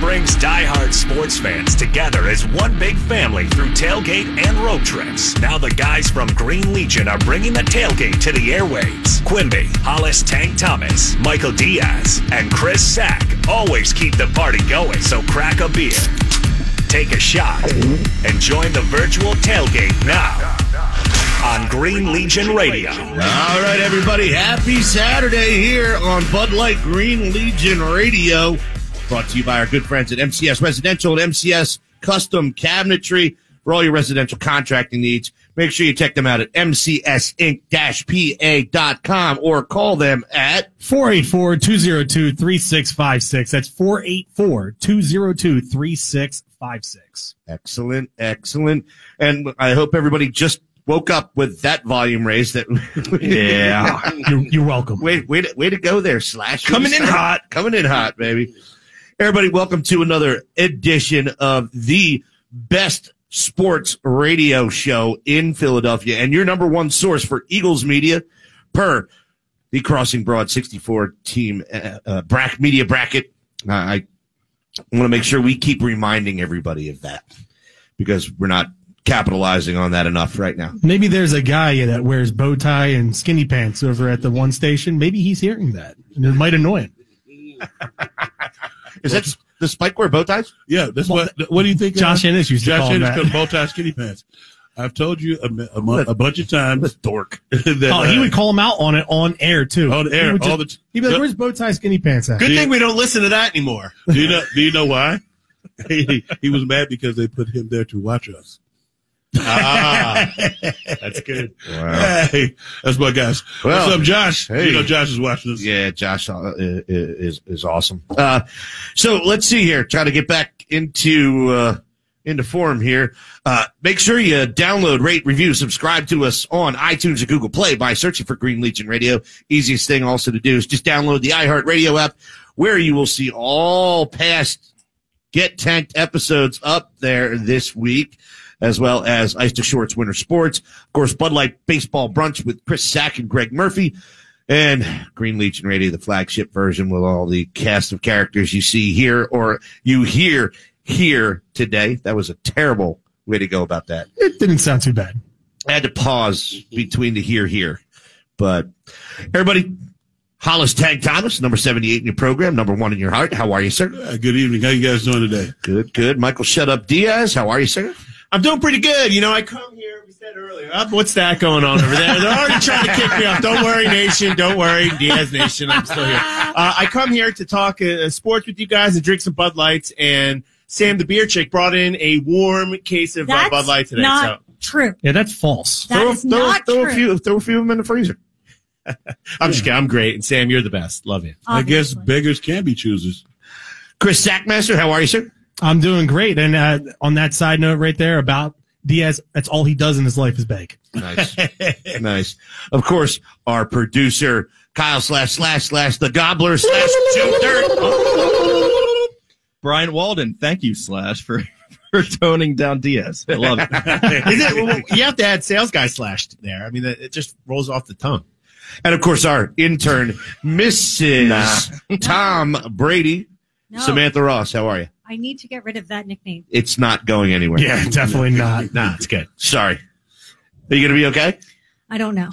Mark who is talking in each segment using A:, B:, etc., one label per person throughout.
A: brings diehard sports fans together as one big family through tailgate and road trips. Now the guys from Green Legion are bringing the tailgate to the airwaves. Quimby, Hollis Tank Thomas, Michael Diaz, and Chris Sack always keep the party going, so crack a beer, take a shot, and join the virtual tailgate now on Green Legion Radio.
B: All right, everybody. Happy Saturday here on Bud Light Green Legion Radio. Brought to you by our good friends at MCS Residential and MCS Custom Cabinetry for all your residential contracting needs. Make sure you check them out at mcsinc-pa.com or call them at
C: 484-202-3656. That's 484-202-3656.
B: excellent, excellent. And I hope everybody just woke up with that volume raise that
C: Yeah. you're, you're welcome.
B: Way, way, to, way to go there, Slash.
C: Coming in hot.
B: Coming in hot, baby. Everybody, welcome to another edition of the best sports radio show in Philadelphia and your number one source for Eagles media per the Crossing Broad 64 team uh, uh, brack, media bracket. Uh, I want to make sure we keep reminding everybody of that because we're not capitalizing on that enough right now.
C: Maybe there's a guy that wears bow tie and skinny pants over at the one station. Maybe he's hearing that and it might annoy him.
B: Is that the spike wear bow ties?
D: Yeah, that's what. What do you think?
C: Josh
D: Adam?
C: Ennis used to
D: Josh
C: call him
D: Ennis
C: that.
D: couldn't bow tie skinny pants. I've told you a, mi- a, mu- a bunch of times. Dork. that,
C: Oh, he
D: uh,
C: would call him out on it on air too.
D: On
C: He
D: air,
C: would
D: all the t-
C: he'd be like,
D: Yep.
C: "Where's bow tie skinny pants at?"
E: Good
D: Do
E: thing we don't listen to that anymore.
D: Do you know? Do you know why? he, he was mad because they put him there to watch us.
B: Ah,
C: Ah,
E: That's good.
B: Wow.
D: Hey, that's my guys.
B: Well,
D: What's up, Josh?
B: hey.
D: You know Josh is watching us.
B: Yeah, Josh uh, is is- is awesome. Uh, so let's see here. Try to get back into uh, into form here. Uh, make sure you download, rate, review, subscribe to us on iTunes or Google Play by searching for Green Legion Radio. Easiest thing also to do is just download the iHeartRadio app, where you will see all past Get Tanked episodes up there this week, as well as Ice to Shorts Winter Sports. Of course, Bud Light Baseball Brunch with Chris Sack and Greg Murphy. And Green Legion Radio, the flagship version with all the cast of characters you see here or you hear here today. That was a terrible way to go about that.
C: It didn't sound too bad.
B: I had to pause between the here, here. But everybody, Hollis Tank Thomas, number 78 in your program, number one in your heart. How are you, sir?
D: Uh, good evening. How you guys doing today?
B: Good, good. Michael Shut Up Diaz, how are you, sir?
E: I'm doing pretty good. You know, I come here, we said earlier, "Up, what's that going on over there? They're already trying to kick me off. Don't worry, Nation. Don't worry, Diaz Nation. I'm still here. Uh, I come here to talk uh, sports with you guys and drink some Bud Lights. And Sam, the beer chick, brought in a warm case of uh,
F: That's
E: Bud Light today.
F: not true.
C: Yeah, that's false.
F: That is not
B: throw
F: true.
B: A few, throw a few of them in the freezer.
E: so I'm just kidding. I'm great. And Sam, you're the best. Love you.
D: I guess
F: obviously.
D: beggars can be choosers.
B: Chris Sackmaster, how are you, sir?
C: I'm doing great. And uh, on that side note, right there about Diaz, that's all he does in his life is beg.
B: Nice. nice. Of course, our producer, Kyle slash slash slash the gobbler slash Joe Dirt.
G: Brian Walden, thank you, Slash, for, for toning down Diaz. I love it.
E: Is it, well, you have to add sales guy slash there. I mean, it it just rolls off the tongue.
B: And of course, our intern, Mrs. Tom Brady.
F: No,
B: Samantha Ross, how are you?
F: I need to get rid of that nickname.
B: It's not going anywhere.
C: definitely not.
E: Nah, it's good.
B: Sorry. Are you going to be okay?
F: I don't know.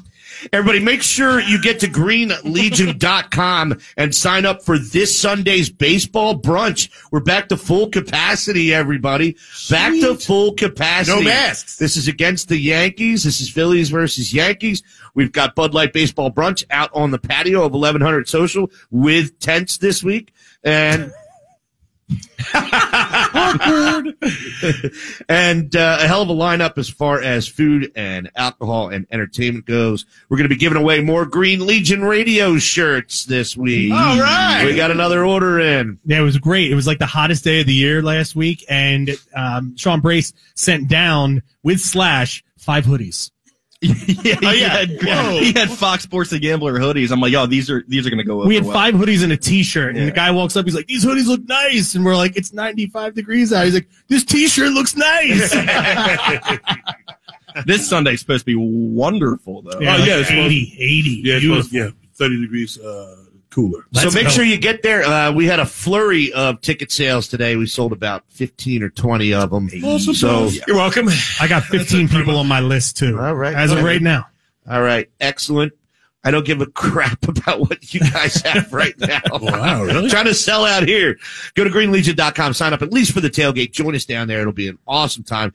B: Everybody, make sure you get to greenlegion.com and sign up for this Sunday's baseball brunch. We're back to full capacity, everybody. Back to full capacity.
E: No masks.
B: This is against the Yankees. This is Phillies versus Yankees. We've got Bud Light Baseball Brunch out on the patio of 1100 Social with tents this week. And. and uh, a hell of a lineup as far as food and alcohol and entertainment goes. We're going to be giving away more Green Legion radio shirts this week.
E: All right.
B: We got another order in.
C: Yeah, it was great. It was like the hottest day of the year last week, and um, Sean Brace sent down with Slash five hoodies.
G: yeah, he, Had, he had Fox Sports the Gambler hoodies. I'm like, oh, these are these are gonna go over.
C: We had
G: well.
C: five hoodies and a T-shirt, and the
G: Yeah.
C: guy walks up. He's like, "These hoodies look nice," and we're like, "It's 95 degrees out." He's like, "This T-shirt looks nice."
G: This Sunday's supposed to be wonderful though.
D: Yeah. Oh, it's supposed-
C: 80, 80.
D: Yeah, it's
C: Beautiful.
D: supposed- yeah, thirty degrees. Uh, cooler.
B: so
C: Let's
B: make
C: go.
B: sure you get there. Uh, we had a flurry of ticket sales today. We sold about fifteen or twenty of them. so
E: You're welcome.
C: I got 15 people on my list too.
B: All right.
C: As of right now.
B: all right, excellent. I don't give a crap about what you guys have right now.
D: Wow, really?
B: Trying to sell out here. Go to greenlegion.com, sign up at least for the tailgate. Join us down there. It'll be an awesome time.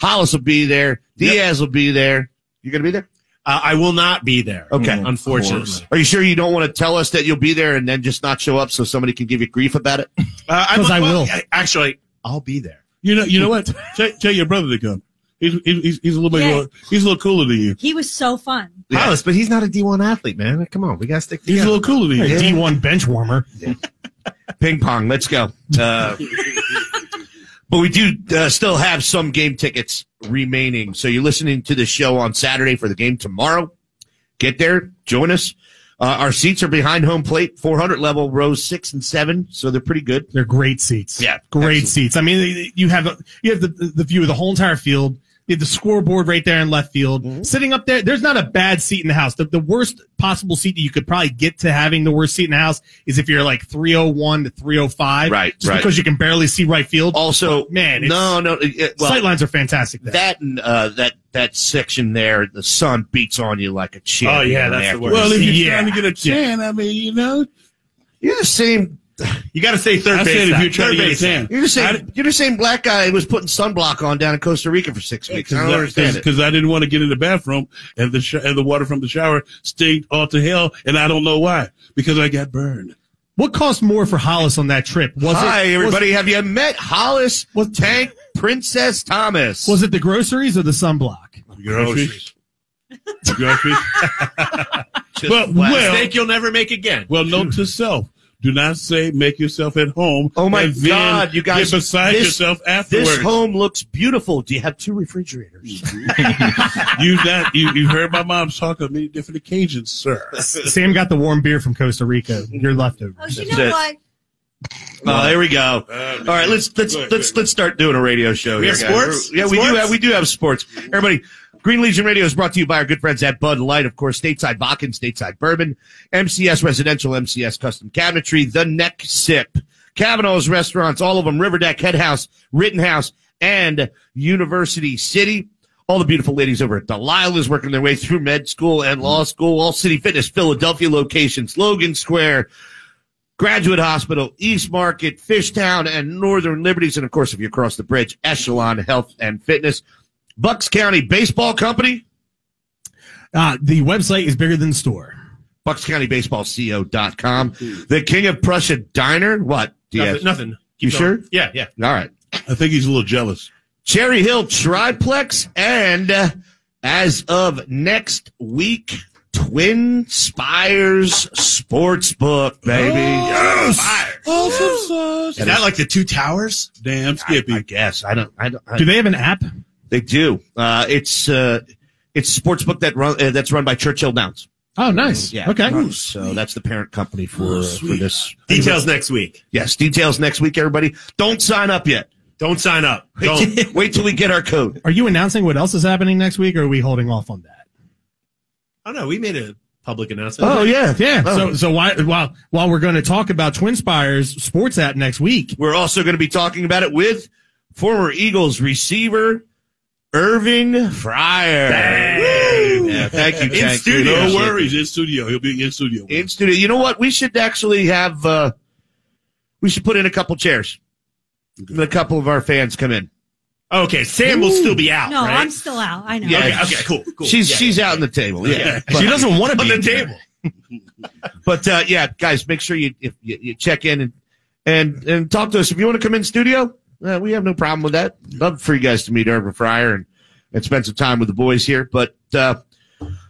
B: Hollis will be there. Diaz will be there. You going to be there?
E: Uh, I will not be there.
B: Okay.
E: Unfortunately.
B: Are you sure you don't want to tell us that you'll be there and then just not show up so somebody can give you grief about it?
E: Uh,
C: 'Cause I will.
E: Actually, I'll be there.
D: You know, you know what? tell, tell your brother to come. He's he's, he's a little bit
F: Yeah.
D: more, he's a little cooler than you.
F: He was so fun.
B: Yeah.
E: Hollis, but he's not a D1 athlete, man. Come on. We got to stick
D: He's a little cooler than you.
C: D1 bench warmer.
B: Ping pong. Let's go. Uh, but we do uh, still have some game tickets remaining. So you're listening to the show on Saturday for the game tomorrow. Get there. Join us. Uh, our seats are behind home plate, 400 level, rows six and seven. So they're pretty good.
C: They're great seats.
B: Yeah,
C: great
B: absolutely.
C: seats. I mean, you have you have the the view of the whole entire field. You have the scoreboard right there in left field.
B: Mm-hmm.
C: Sitting up there, there's not a bad seat in the house. The, the worst possible seat that you could probably get to having the worst seat in the house is if you're like 301 to 305,
B: Right,
C: Just
B: right.
C: Because you can barely see right field.
E: Oh,
B: Also,
C: man, it's-
B: no, no. it- it- well,
C: Sight lines are fantastic. There.
B: that and uh, that that section there, the sun beats on you like a chin.
E: Oh, yeah, that's the
B: After-
E: worst.
D: Well, if you're
C: Yeah.
D: trying to get a chan, I mean, you know,
B: You're the same.
E: You got to say third
D: I
E: base.
D: said if
E: now.
D: you're trying
E: Third
D: to get a
E: base.
D: chan,
B: You're the same. You're the same black guy who was putting sunblock on down in Costa Rica for six weeks. I don't understand it.
D: because I didn't want to get in the bathroom and the sh- and the water from the shower stayed all to hell, and I don't know why because I got burned.
C: What cost more for Hollis on that trip? Was
B: Hi,
C: it,
B: everybody. Have you met Hollis Tank Princess Thomas?
C: Was, was it the groceries or the sunblock?
D: Groceries. Groceries.
B: Just
D: but
B: flat.
D: well,
E: Mistake you'll never make again.
D: well, note to self: do not say make yourself at home.
B: Oh my
D: and then
B: God, you guys,
D: get beside
B: this-
D: yourself afterwards.
B: this home looks beautiful. Do you have two refrigerators?
D: you not you, you heard my mom talk on many different occasions, sir.
C: Sam got the warm beer from Costa Rica. Your leftovers.
F: Oh, you
B: That's
F: know
B: it.
F: what?
B: Oh, there we go. All right, let's let's
D: Good,
B: let's
D: good.
B: let's start doing a radio show.
E: We
B: here,
E: have
B: guys.
E: sports?
B: Yeah, we do
E: Sports?
B: have we do have sports. Everybody, Green Legion Radio is brought to you by our good friends at Bud Light, of course, Stateside Bakken, Stateside Bourbon, MCS Residential, MCS Custom Cabinetry, The Neck Sip, Kavanaugh's Restaurants, all of them, River Deck, Head House, Rittenhouse, and University City. All the beautiful ladies over at Delilah's working their way through med school and law school, all city fitness, Philadelphia locations, Logan Square, Graduate Hospital, East Market, Fishtown, and Northern Liberties. And of course, if you're across the bridge, Echelon Health and Fitness. Bucks County Baseball Company,
C: Uh, the website is bigger than the store.
B: buckscountybaseballco.com. The King of Prussia Diner, what?
E: Nothing.
B: Yes.
E: nothing.
B: You
E: Keep
B: sure?
E: going. Yeah, yeah.
B: All right.
D: I think he's a little jealous.
B: Cherry Hill Triplex, and uh, as of next week, Twin Spires Sportsbook, baby.
E: Oh,
D: Awesome sauce.
E: Is that like the two towers?
D: Damn Skippy.
B: I, I guess I don't. I don't. I,
C: Do they have an app?
B: They do. Uh, it's uh, it's a sports book that run uh, that's run by Churchill Downs.
C: Oh, nice.
B: Yeah.
C: Okay.
B: So that's the parent company for for this.
E: Details next week.
B: Yes. Details next week, everybody. Don't sign up yet.
E: Don't sign up. Don't.
B: Wait, wait till we get our code.
C: Are you announcing what else is happening next week, or are we holding off on that?
E: oh no, we made a public announcement.
B: Oh yeah,
C: Yeah.
B: Oh.
C: So, so why, while while we're going to talk about Twinspires Sports App next week,
B: We're also going to be talking about it with former Eagles receiver Irvin Fryer. Woo! Yeah, thank you,
E: In
B: Jack.
E: studio.
D: No
B: Appreciate it.
D: worries, in studio. He'll be in studio.
B: In studio. You know what? We should actually have. Uh, we should put in a couple chairs. Let a couple of our fans come in.
E: Okay, Sam will still be out.
F: No,
E: right?
F: I'm still out. I know.
B: Yeah.
E: Okay, okay, cool, cool.
B: she's
E: Yeah,
B: she's out on the table. Yeah,
E: Yeah.
B: But,
C: doesn't want to
E: on the table.
B: but, uh, yeah, guys, make sure you if you, you check in and and and talk to us if you want to come in studio. Uh, we have no problem with that. Love for you guys to meet Irvin Fryer and and spend some time with the boys here. But uh,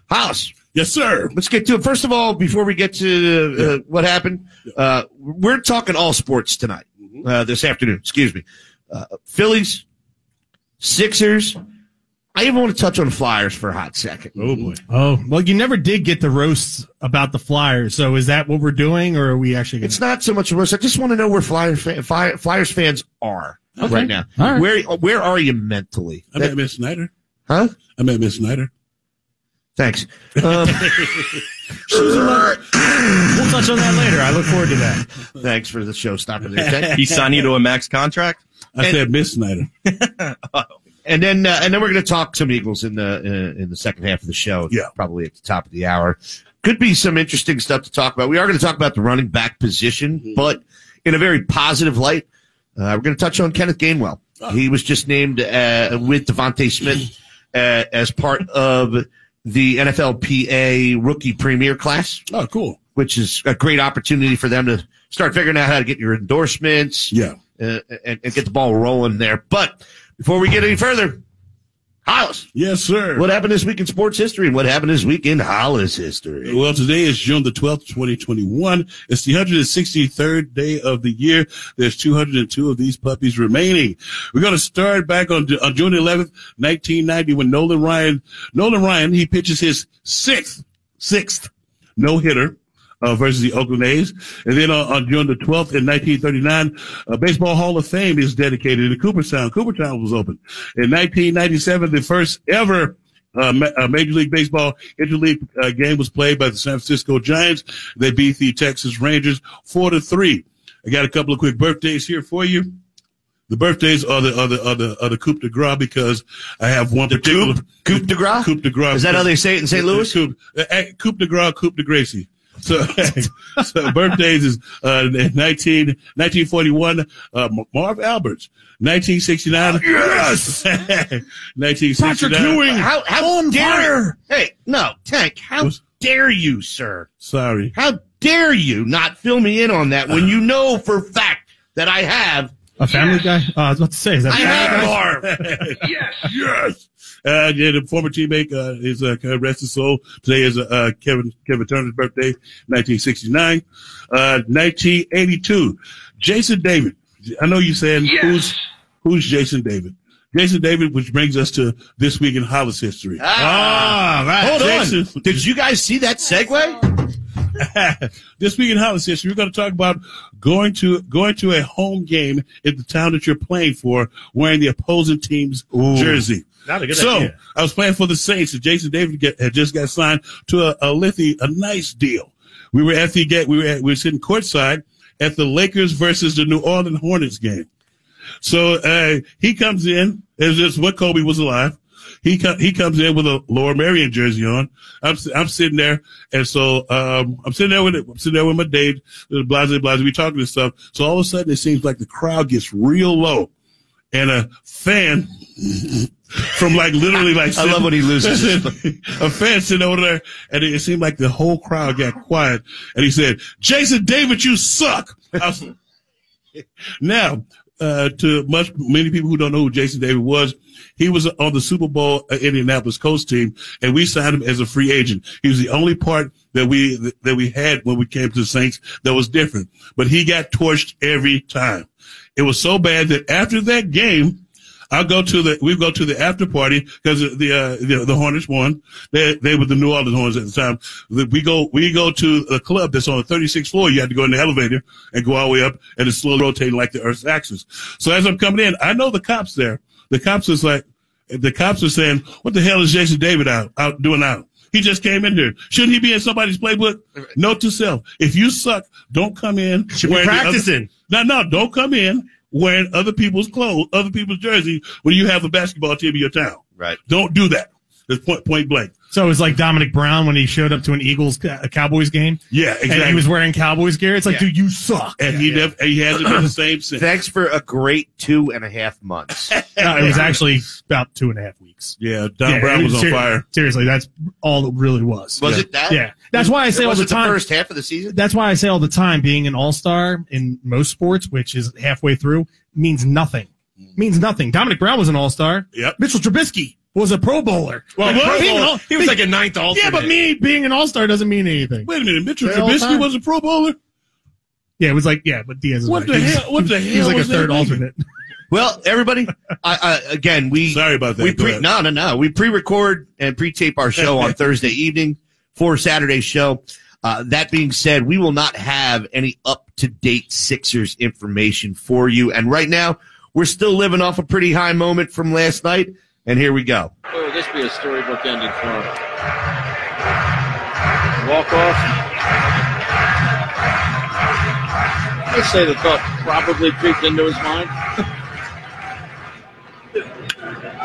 B: Hollis,
D: Yes, sir.
B: let's get to it. First of all, before we get to uh, what happened, uh, we're talking all sports tonight,
C: Mm-hmm.
B: uh, this afternoon. Excuse me, uh, Phillies, Sixers. I even want to touch on Flyers for a hot second.
D: Oh boy.
C: Oh, well, you never did get the roasts about the Flyers. So, is that what we're doing, or are we actually? Gonna,
B: It's not so much a roast. I just want to know where Flyer fa- Fly- Flyers fans are right now.
C: All right.
B: Where where are you mentally?
D: I
B: That-
D: met Miss Snyder.
B: huh?
D: I met Miss Snyder.
B: Thanks. Um,
C: Shoes are leather. We'll touch on that later. I look forward to that.
B: Thanks for the show stopper there, Ted.
G: He signed you to a max contract.
D: I said Miss Snyder.
B: And then, uh, and then we're going to talk some Eagles in the uh, in the second half of the show.
D: Yeah.
B: probably at the top of the hour. Could be some interesting stuff to talk about. We are going to talk about the running back position, but in a very positive light. Uh, we're going to touch on Kenneth Gainwell. He was just named uh, with Devontae Smith uh, as part of the NFLPA rookie premier class,
D: Oh, cool.
B: which is a great opportunity for them to start figuring out how to get your endorsements
D: Yeah.
B: uh, and, and get the ball rolling there. But before we get any further, Hollis,
D: Yes, sir.
B: what happened this week in sports history and what happened this week in Hollis history?
D: Well, today is June the 12th, 2021. It's the 163rd day of the year. There's 202 of these puppies remaining. We're going to start back on, on June 11th, 1990 when Nolan Ryan, Nolan Ryan, he pitches his sixth, sixth no hitter. Uh, versus the Oakland A's. And then uh, on, on June the 12th in 1939, uh, Baseball Hall of Fame is dedicated to Cooperstown. Cooperstown was opened. In 1997, the first ever uh, ma- uh, Major League Baseball interleague uh, game was played by the San Francisco Giants. They beat the Texas Rangers four to three. I got a couple of quick birthdays here for you. The birthdays are the are the are the, are the coup de grace because I have one particular
B: Coupe de Gras?
D: Coup de grace.
B: Is that how they say it in St. Louis?
D: Coupe, uh, uh, coupe de Gras, Coupe de Gracie. So, so birthdays is uh, 19, 1941, uh, M- Marv Alberts. 1969. yes! 1969.
B: How, how dare, Hey, no, Tank, how
D: What's-
B: dare you, sir?
D: Sorry.
B: How dare you not fill me in on that when you know for a fact that I have,
C: A family guy? Uh, I was about to say, is that
B: I have Marv.
D: yes, yes. Uh, yeah, the former teammate uh, is uh, kind of rest his soul. Today is uh, Kevin Kevin Turner's birthday, 1969, uh, 1982. Jason David. I know you saying who's who's Jason David. Jason David, which brings us to this week in Hollis history.
C: Oh,
B: Ah, Hold
D: Jason.
B: on. Did you guys see that segue?
D: this week in Hollis history, we're going to talk about going to going to a home game in the town that you're playing for, wearing the opposing team's jersey.
C: Not a good
D: so
C: idea.
D: I was playing for the Saints, and Jason David get, had just got signed to a, a Lithy, a nice deal. We were at the get, we were at, we were sitting courtside at the Lakers versus the New Orleans Hornets game. So uh, he comes in as just what Kobe was alive. He co- he comes in with a Laura Marion jersey on. I'm si- I'm sitting there, and so um, I'm sitting there with I'm sitting there with my date, blase blase. We talking and stuff. So all of a sudden, it seems like the crowd gets real low, and a fan from like literally like
B: I love when he loses his-
D: a fan sitting over there, and it seemed like the whole crowd got quiet. And he said, "Jason David, you suck." I was- now, uh, to much many people who don't know who Jason David was, he was on the Super Bowl uh, Indianapolis Colts team, and we signed him as a free agent. He was the only part that we that we had when we came to the Saints that was different. But he got torched every time. It was so bad that after that game, I'll go to the we go to the after party because the, uh, the the Hornets won. They they were the New Orleans Hornets at the time. The- We go we go to a club that's on the 36th floor. You have to go in the elevator and go all the way up, and it's slowly rotating like the Earth's axis. So as I'm coming in, I know the cops there. The cops is like the cops are saying, "What the hell is Jason David out out doing out?" He just came in here. Shouldn't he be in somebody's playbook? Note to self: If you suck, don't come in.
C: Should be
D: wearing the other-
C: practicing.
D: no, no, don't come in wearing other people's clothes, other people's jersey when you have a basketball team in your town.
B: Right.
D: Don't do that. That's point point blank.
C: So it was like Dominic Brown when he showed up to an Eagles a Cowboys game.
D: Yeah,
C: And
D: exactly.
C: he was wearing Cowboys gear. It's like, dude, you suck.
D: And he nev- and he hasn't been the same since.
B: Thanks for a great two and a half months.
C: No, it was actually about two and a half weeks.
D: yeah, Don
C: Yeah,
D: Brown
C: it-
D: was on
C: ser-
D: fire.
C: Seriously, that's all it really was.
B: Was
D: Yeah.
B: it that?
C: Yeah, that's why I say
B: It
C: all the
B: wasn't
C: time.
B: first half of the season.
C: that's why I say all the time, being an all star in most sports, which is halfway through, means nothing. Means nothing. Dominic Brown was an all star.
D: Yep.
C: Mitchell Trubisky was a Pro Bowler.
D: Well,
C: Like,
D: Pro
C: being
D: Bowl-
C: an all-
E: He was like a ninth alternate.
C: yeah, but me being an all star doesn't mean anything.
D: Wait a minute, Mitchell
C: They're all
D: Trubisky
C: time.
D: was a Pro Bowler.
C: Yeah, it was like yeah, but Diaz. Is
D: What
C: right.
D: the
C: He was-
D: hell- what the
C: He was
D: hell
C: like
D: was
C: a
D: that
C: third
D: nigga?
C: alternate.
B: Well, everybody, I, I, again, we
D: Sorry about that.
B: We
D: Go
B: pre
D: ahead.
B: no no no. We pre-record and pre-tape our show on Thursday evening for Saturday's show. Uh, that being said, we will not have any up-to-date Sixers information for you. And right now, we're still living off a pretty high moment from last night. And here we go.
H: Boy, would this be a storybook ending for him. walk off. I'd say the thought probably creeped into his mind.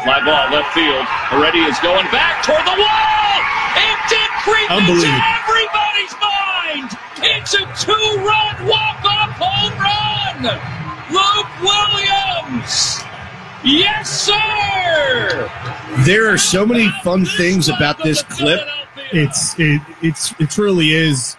H: Fly ball left field. Already is going back toward the wall. It did creep into
C: Unbelievable.
H: everybody's mind. It's a two-run walk-off home run. Luke Williams. Yes, sir.
B: There are so many fun things about this clip.
C: It's it it's it truly is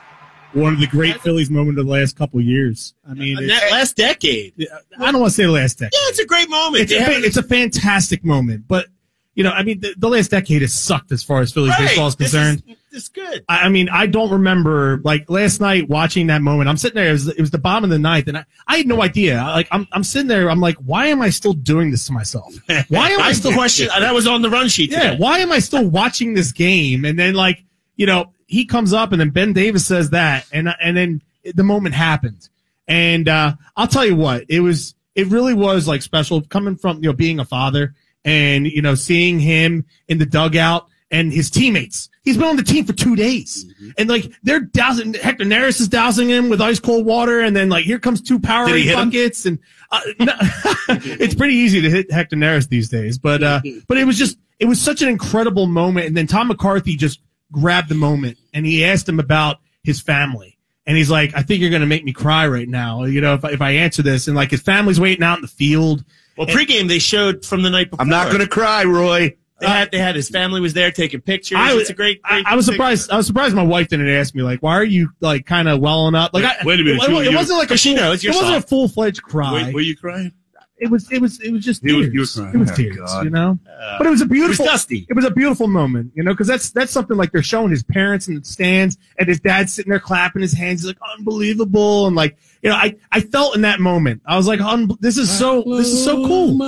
C: one of the great Phillies moment of the last couple years. I mean,
E: In
C: it's-
E: that last decade. Yeah,
C: I don't want to say the last decade.
E: it's a great moment.
C: It's, a, fa- it's a fantastic moment, but you know, I mean, the, the last decade has sucked as far as Phillies baseball is concerned.
E: This is, good.
C: I I mean, I don't remember like last night watching that moment. I'm sitting there. It was, it was the bottom of the ninth, and I, I had no idea. I- Like I'm, I'm sitting there. I'm like, why am I still doing this to myself? Why am I still
E: question. That was on the run sheet.
C: yeah,
E: today.
C: why am I still watching this game? And then like, you know, he comes up and then Ben Davis says that and and then the moment happened. And uh I'll tell you what, it was it really was like special coming from, you know, being a father and you know, seeing him in the dugout and his teammates. He's been on the team for two days. And like they're dousing Hector Neris is dousing him with ice cold water, and then like here comes two power
B: Did he hit him?
C: buckets, and uh, no, it's pretty easy to hit Hector Neris these days. But uh, but it was just it was such an incredible moment, and then Tom McCarthy just grabbed the moment, and he asked him about his family, and he's like, "I think you're going to make me cry right now, you know, if I, if I answer this." And like his family's waiting out in the field.
E: Well, pregame they showed from the night before.
B: I'm not going to cry, Roy.
E: They had, they had his family was there taking pictures.
C: I was-
E: it's a great.
C: I,
E: great
C: I was
E: picture.
C: surprised. I was surprised my wife didn't ask me like, "Why are you like kind of welling up?" Like, I,
D: Wait a minute,
C: It,
D: you-
C: it
D: you-
C: wasn't like a
E: she
C: full-
E: knows, you're
C: It wasn't
E: soft.
C: a full fledged cry.
D: Were, were you crying?
C: it was it was it was just
D: He was-
C: tears.
D: he was crying. Uh,
C: It was
G: Oh,
C: tears,
G: God.
C: you know. but it was a beautiful.
E: it was dusty.
C: It was a beautiful moment, you know, because that's that's something like they're showing his parents in the stands and his dad sitting there clapping his hands, like unbelievable, and like you know, I I felt in that moment, I was like, un- this is so this is so cool,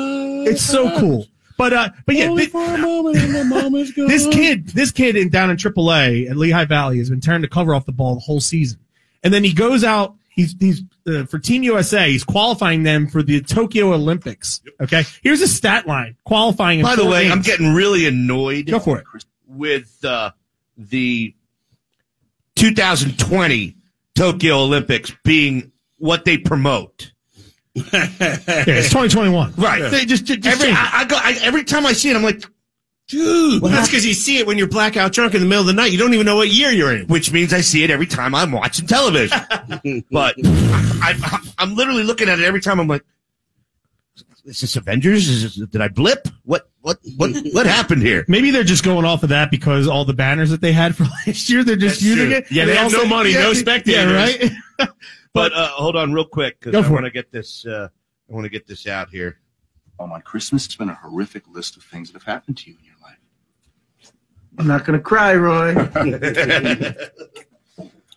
C: it's so cool. But uh, but yeah, thi- this kid, this kid in down in AAA at Lehigh Valley has been tearing the cover off the ball the whole season, and then he goes out. He's he's uh, for Team USA. He's qualifying them for the Tokyo Olympics. Okay, here's a stat line qualifying. in
B: By the
C: four
B: way, I'm
C: games.
B: getting really annoyed.
C: go for it.
B: with uh, the 2020 Tokyo Olympics being what they promote.
C: Yeah, it's 2021.
B: Right. They just, ju- just every,
C: change
B: I, I go, I, every time I see it, I'm like,
E: Dude, that's because you see it when you're blackout drunk in the middle of the night. You don't even know what year you're in.
B: which means I see it every time I'm watching television. but I, I, I'm literally looking at it every time. I'm like, is this Avengers? Is this, did I blip? What what what what happened here?
C: Maybe they're just going off of that because all the banners that they had for last year, they're just
B: That's
C: using
B: true.
C: it.
E: Yeah,
C: And
E: they have
C: all
E: no
C: say-
E: money, no
C: yeah,
E: spectators.
C: Yeah, right.
B: But uh, hold on, real quick, because
C: Go
B: I
C: for
B: want to get this. Uh, I want to get this out here.
I: Mom, on Christmas, it's been a horrific list of things that have happened to you in your life.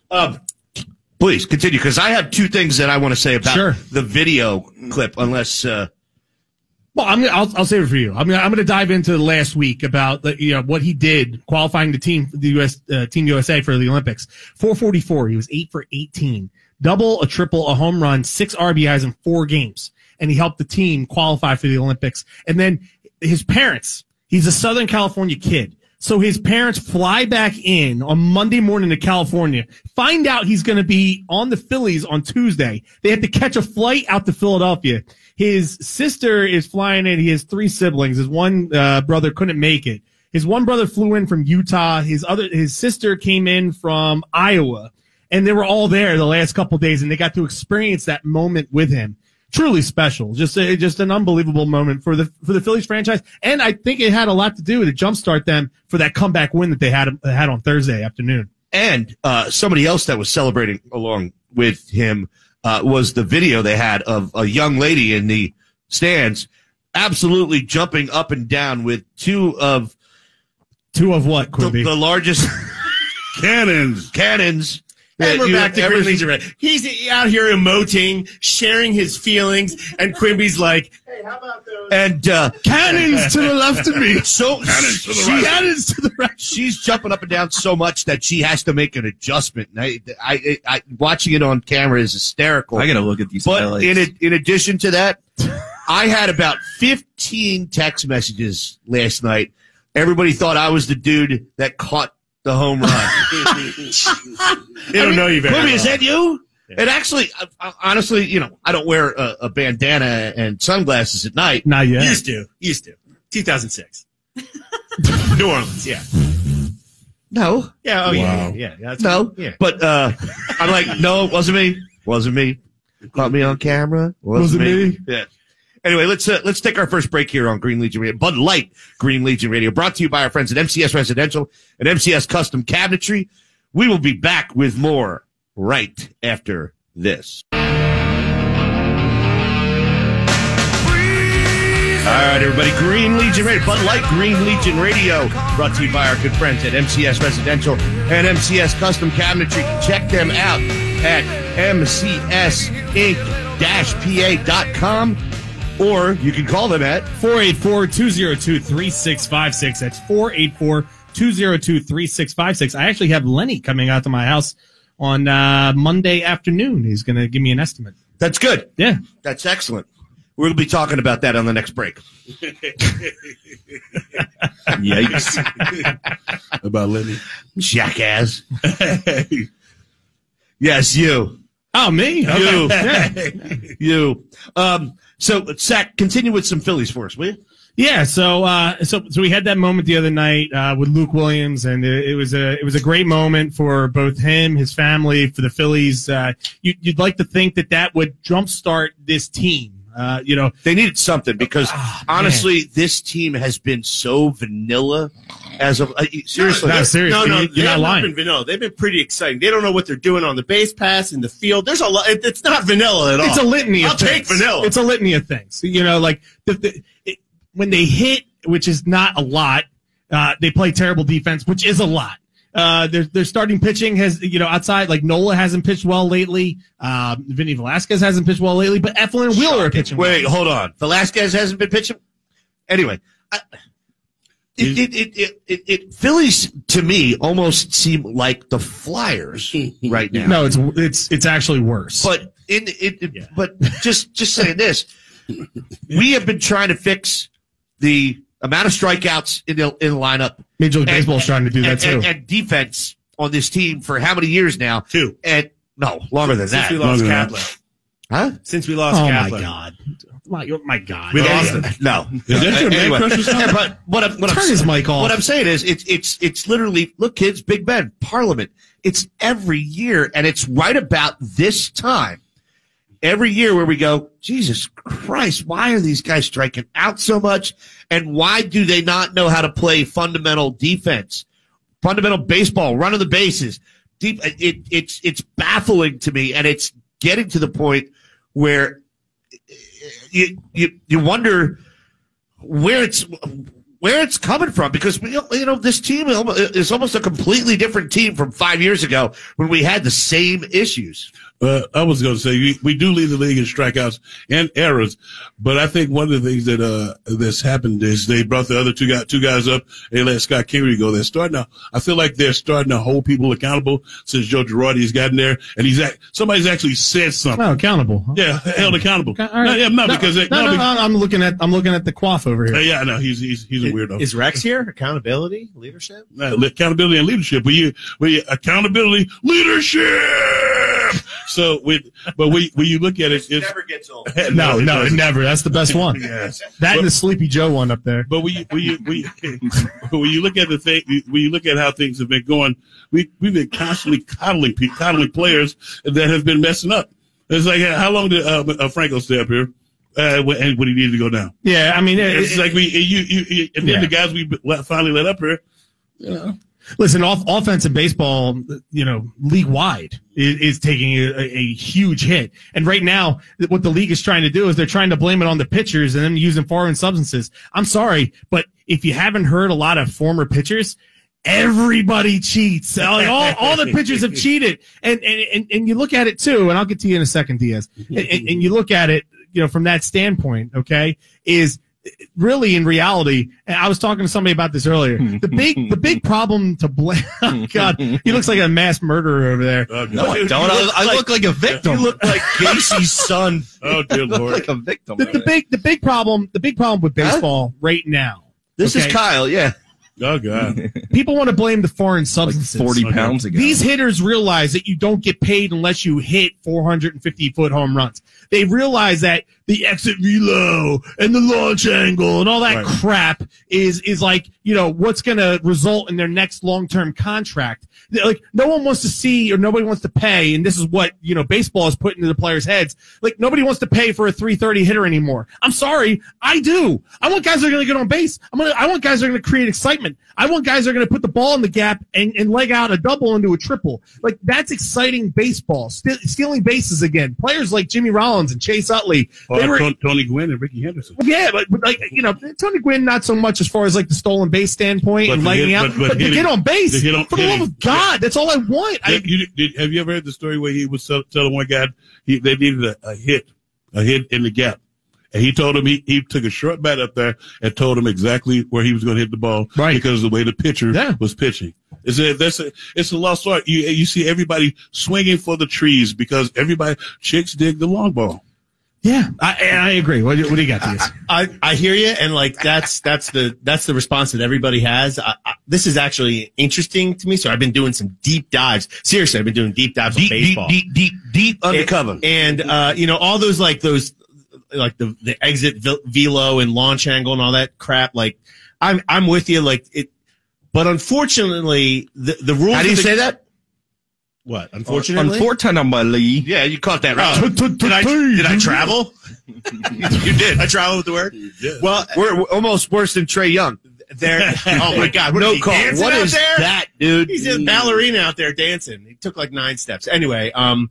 B: Um, please continue because I have two things that I want to say about
C: Sure.
B: the video clip. Unless uh,
C: Well, I'm gonna, I'll, I'll save it for you. I'm gonna, I'm going to dive into last week about the, you know what he did qualifying the team, the U.S. Uh, team USA for the Olympics. 444. He was eight for 18, double, a triple, a home run, six RBIs in four games, and he helped the team qualify for the Olympics. And then his parents. He's a Southern California kid. So his parents fly back in on Monday morning to California, find out he's going to be on the Phillies on Tuesday. They have to catch a flight out to Philadelphia. His sister is flying in. He has three siblings. His one uh, brother couldn't make it. His one brother flew in from Utah. His other, his sister came in from Iowa and they were all there the last couple days, and they got to experience that moment with him. Truly special, just a, just an unbelievable moment for the for the Phillies franchise, and I think it had a lot to do to jumpstart them for that comeback win that they had had on Thursday afternoon.
B: and uh, somebody else that was celebrating along with him uh, was the video they had of a young lady in the stands, absolutely jumping up and down with two of
C: Two of what,
B: the,
C: Quimby?
B: the largest
D: Cannons.
B: cannons. that
E: And we're
B: you
E: back to
B: ever
E: Grim
B: seen.
E: Legion Red. He's out here emoting, sharing his feelings, and Quimby's like,
B: and uh,
C: Cannons to the left of me.
B: so
D: Cannons to the
B: she
D: right.
B: had
C: Cannons to the right.
B: she's jumping up and down so much that she has to make an adjustment. And I, I, I watching it on camera is hysterical.
G: I got to look at these
B: but
G: highlights.
B: in ad- in addition to that, I had about fifteen text messages last night. Everybody thought I was the dude that caught the home run.
E: They don't know you very
B: Booby, is
E: well.
B: that you? It actually, I, I, honestly, you know, I don't wear a, a bandana and sunglasses at night.
C: Not yet.
E: Used to. Used to. 2006. New Orleans, yeah.
B: No,
E: Yeah, oh yeah,
D: Wow.
E: yeah, yeah. That's,
B: no,
E: Yeah.
B: but uh, I'm like, no, it wasn't me. Wasn't me. Caught me on camera. Wasn't,
C: Wasn't
B: me.
C: me.
B: Yeah. Anyway, let's uh, let's take our first break here on Green Legion Radio. Bud Light Green Legion Radio, brought to you by our friends at MCS Residential and MCS Custom Cabinetry. We will be back with more right after this. All right, everybody. Green Legion Radio, Bud Light Green Legion Radio, brought to you by our good friends at MCS Residential and MCS Custom Cabinetry. Check them out at mcsinc-pa.com or you can call them at
C: 484 202 3656. That's 484 202 3656. I actually have Lenny coming out to my house on uh, Monday afternoon. He's going to give me an estimate.
B: That's good.
C: Yeah.
B: That's excellent. We'll be talking about that on the next break.
G: Yikes.
D: about Lenny.
B: Jackass. yes, you.
C: Oh, me?
B: You.
C: Okay.
B: You. Um, so, Zach, continue with some Phillies for us, will you?
C: Yeah, so uh, so so we had that moment the other night uh, with Luke Williams, and it, it was a it was a great moment for both him, his family, for the Phillies. Uh, you, you'd like to think that that would jumpstart this team. Uh, you know,
B: They needed something because honestly, this team has been so vanilla as of uh, seriously.
C: No, seriously,
E: no, no,
C: you-
E: they
C: you're not
E: have
C: lying.
E: Been vanilla. They've been pretty exciting. They don't know what they're doing on the base pass in the field. There's a lot. It, it's not vanilla at all.
C: It's a litany
E: I'll
C: of things.
E: take vanilla.
C: It's a litany of things. You know, like the, the, it, when they hit, which is not a lot, uh, they play terrible defense, which is a lot. Uh, their, their starting pitching has, you know, outside, like Nola hasn't pitched well lately. Um, Vinny Velasquez hasn't pitched well lately, but Eflin and Wheeler are pitching well.
B: Wait, hold on. Velasquez hasn't been pitching. Anyway, I, it, it, it, it, it, it Phillies to me almost seem like the Flyers right now.
C: No, it's, it's, it's actually worse.
B: But in it, it but just just saying this, we have been trying to fix the amount of strikeouts in the in the lineup.
C: Major League
B: And-
C: Baseball's trying to do that
B: and,
C: too.
B: and- and defense on this team for how many years now?
E: Two.
B: And no, longer than
E: Since
B: that.
E: we lost
D: Longer than that.
E: Kapler.
B: huh?
E: Since we lost
C: oh my
E: Kapler.
C: God. My, my God.
E: We lost him.
B: No. Uh,
D: Is that your man
B: Anyway,
D: crush or something?
B: yeah, but what I'm, what
C: Turn
B: I'm,
C: his mic off.
B: What I'm saying is, it's it's it's literally look, kids, Big Ben, Parliament. It's every year, and it's right about this time every year where we go, Jesus Christ, why are these guys striking out so much, and why do they not know how to play fundamental defense, fundamental baseball, run of the bases? Deep, it, it's it's baffling to me, and it's getting to the point where you you you wonder where it's where it's coming from because we you know this team is almost a completely different team from five years ago when we had the same issues.
D: Uh, I was going to say we, we do lead the league in strikeouts and errors, but I think one of the things that uh that's happened is they brought the other two guys two guys up. They let Scott Kingery go. They're starting to. I feel like they're starting to hold people accountable since Joe Girardi's gotten there, and he's act, somebody's actually said something.
C: oh, accountable. huh?
D: Yeah, held accountable.
C: Okay, all right.
D: No, yeah, not because they,
C: no,
D: no,
C: no,
D: be-
C: no, I'm looking at I'm looking at the quaff over here.
D: Uh, yeah, no, he's he's he's a weirdo.
E: Is Rex here? Accountability, leadership.
D: Uh, accountability and leadership. We you when you- accountability leadership. So with but we when you look at it, it's,
B: gets old.
C: No,
D: it
C: no,
D: doesn't.
C: never. That's the best one.
D: Yes.
C: That and the Sleepy Joe one up there.
D: But when you, when you, when you, when you look at the thing, when you look at how things have been going, we, we've been constantly coddling people, coddling players that have been messing up. It's like, how long did uh, uh, Franco stay up here? Uh, when, and when he needed to go down.
C: Yeah, I mean, it-
D: It's
C: it-
D: like we, you, you, you and then
C: Yeah.
D: the guys we let- finally let up here.
C: listen, off, offense in baseball, you know, league wide is, is taking a, a- a huge hit. And right now, th- what the league is trying to do is they're trying to blame it on the pitchers and them using foreign substances. I'm sorry, but if you haven't heard a lot of former pitchers, everybody cheats. Like, all, all the pitchers have cheated. And, and, and, and you look at it too, and I'll get to you in a second, Diaz. And, and, and you look at it, you know, from that standpoint, okay, is really in reality, and I was talking to somebody about this earlier. The big, the big problem to blame. Oh God, he looks like a mass murderer over there.
D: Oh, God.
G: Don't I, I look like a victim. You look like Casey's son.
D: oh dear Lord.
G: like a victim.
C: The, the big, the big problem, the big problem with baseball right now.
B: This
C: okay?
B: is Kyle. Yeah,
D: Oh God.
C: People want to blame the foreign substances.
G: Forty pounds ago.
C: These hitters realize that you don't get paid unless you hit 450 foot home runs. They realize that the exit reload and the launch angle and all that
D: Right.
C: crap is is like you know what's going to result in their next long term contract. They're Like no one wants to see or nobody wants to pay, and this is what you know baseball is putting into the players' heads. Like nobody wants to pay for a 330 hitter anymore. I'm sorry, I do. I want guys that are going to get on base. I'm gonna. I want guys that are going to create excitement. I want guys that are going to put the ball in the gap and, and leg out a double into a triple. Like that's exciting baseball. Ste- stealing bases again. Players like Jimmy Rollins and Chase Utley.
D: Or
C: they were
D: Ton- Tony Gwynn and Ricky Henderson.
C: yeah, but, but like you know, Tony Gwynn not so much as far as like the stolen base standpoint
D: But
C: and
D: to
C: lighting
D: hit-
C: out,
D: but-
C: but,
D: but
C: to
D: hitting-
C: get on
D: to
C: base.
D: hit on-
C: for the love
D: hitting.
C: of God, that's all I want. I,
D: Did, you, did, have you ever heard the story where he was tell- telling one guy he, they needed a, a hit, a hit in the gap, and he told him he, he took a short bat up there and told him exactly where he was going to hit the ball,
C: Right.
D: Because of the way the pitcher
C: Yeah.
D: was pitching. It's a, that's a, it's a lost art. You you see everybody swinging for the trees because everybody chicks dig the long ball.
C: yeah, I, and I agree. What, do you- what do you got? Diaz?
E: I, I hear you, and like that's that's the that's the response that everybody has. I, I, this is actually interesting to me, so I've been doing some deep dives. Seriously, I've been doing deep dives on
B: Deep, deep,
E: baseball.
B: deep, deep, deep undercover.
E: And uh, you know, all those like those like the the exit ve- velo and launch angle and all that crap. Like, I'm I'm with you. Like it, but unfortunately, the the rules.
B: How do you
E: of the-
B: say that? Uh,
E: What? Unfortunately,
G: Unfortunately,
B: Yeah, you caught that
E: Oh, did I did I travel?
B: you did.
E: I traveled with the word. Well,
B: We're, we're almost worse than Trey Young.
E: there. Oh my God! What
B: no
E: is he,
B: call.
E: dancing
B: What
E: out
B: is
E: there?
B: that, dude?
E: He's a ballerina out there dancing. He took like nine steps. Anyway, um,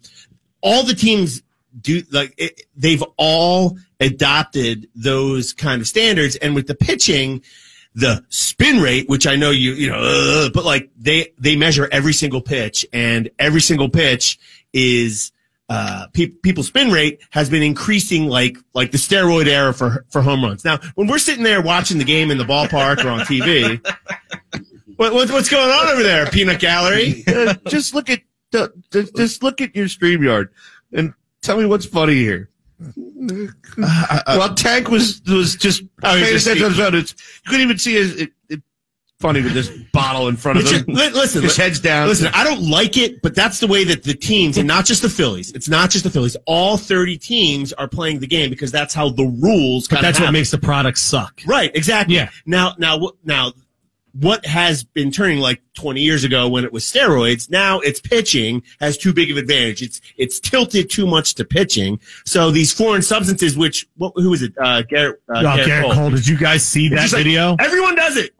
E: all the teams do like it, they've all adopted those kind of standards, and with the pitching, the spin rate, which I know you you know, uh, but like they they measure every single pitch, and every single pitch is. Uh, pe- people's spin rate has been increasing like like the steroid era for for home runs. Now, when we're sitting there watching the game in the ballpark or on TV, what, what, what's going on over there, Peanut Gallery?
B: Uh, just look at the, the- just look at your stream yard and tell me what's funny here. well, Tank was was just
E: Oh, he's
B: paying
E: just-
B: attention to the zone. It's- you couldn't even see his it, it, funny with this bottle in front of
E: But you-
B: him.
E: li- listen,
B: His
E: li-
B: head's down.
E: listen. I don't like it, but that's the way that the teams, and not just the Phillies. It's not just the Phillies. All thirty teams are playing the game because that's how the rules. Kind
C: That's what makes the product suck.
E: Right, exactly.
C: Yeah.
E: Now, now, wh- now, what has been turning like 20 years ago when it was steroids, now it's pitching has too big of advantage. It's, it's tilted too much to pitching. So these foreign substances, which, what, who is it? Uh, Garrett, uh,
C: Oh,
E: Garrett
C: Garrett
E: Cole.
C: Cole. did you guys see that
E: Just like-
C: video?
E: Everyone does it.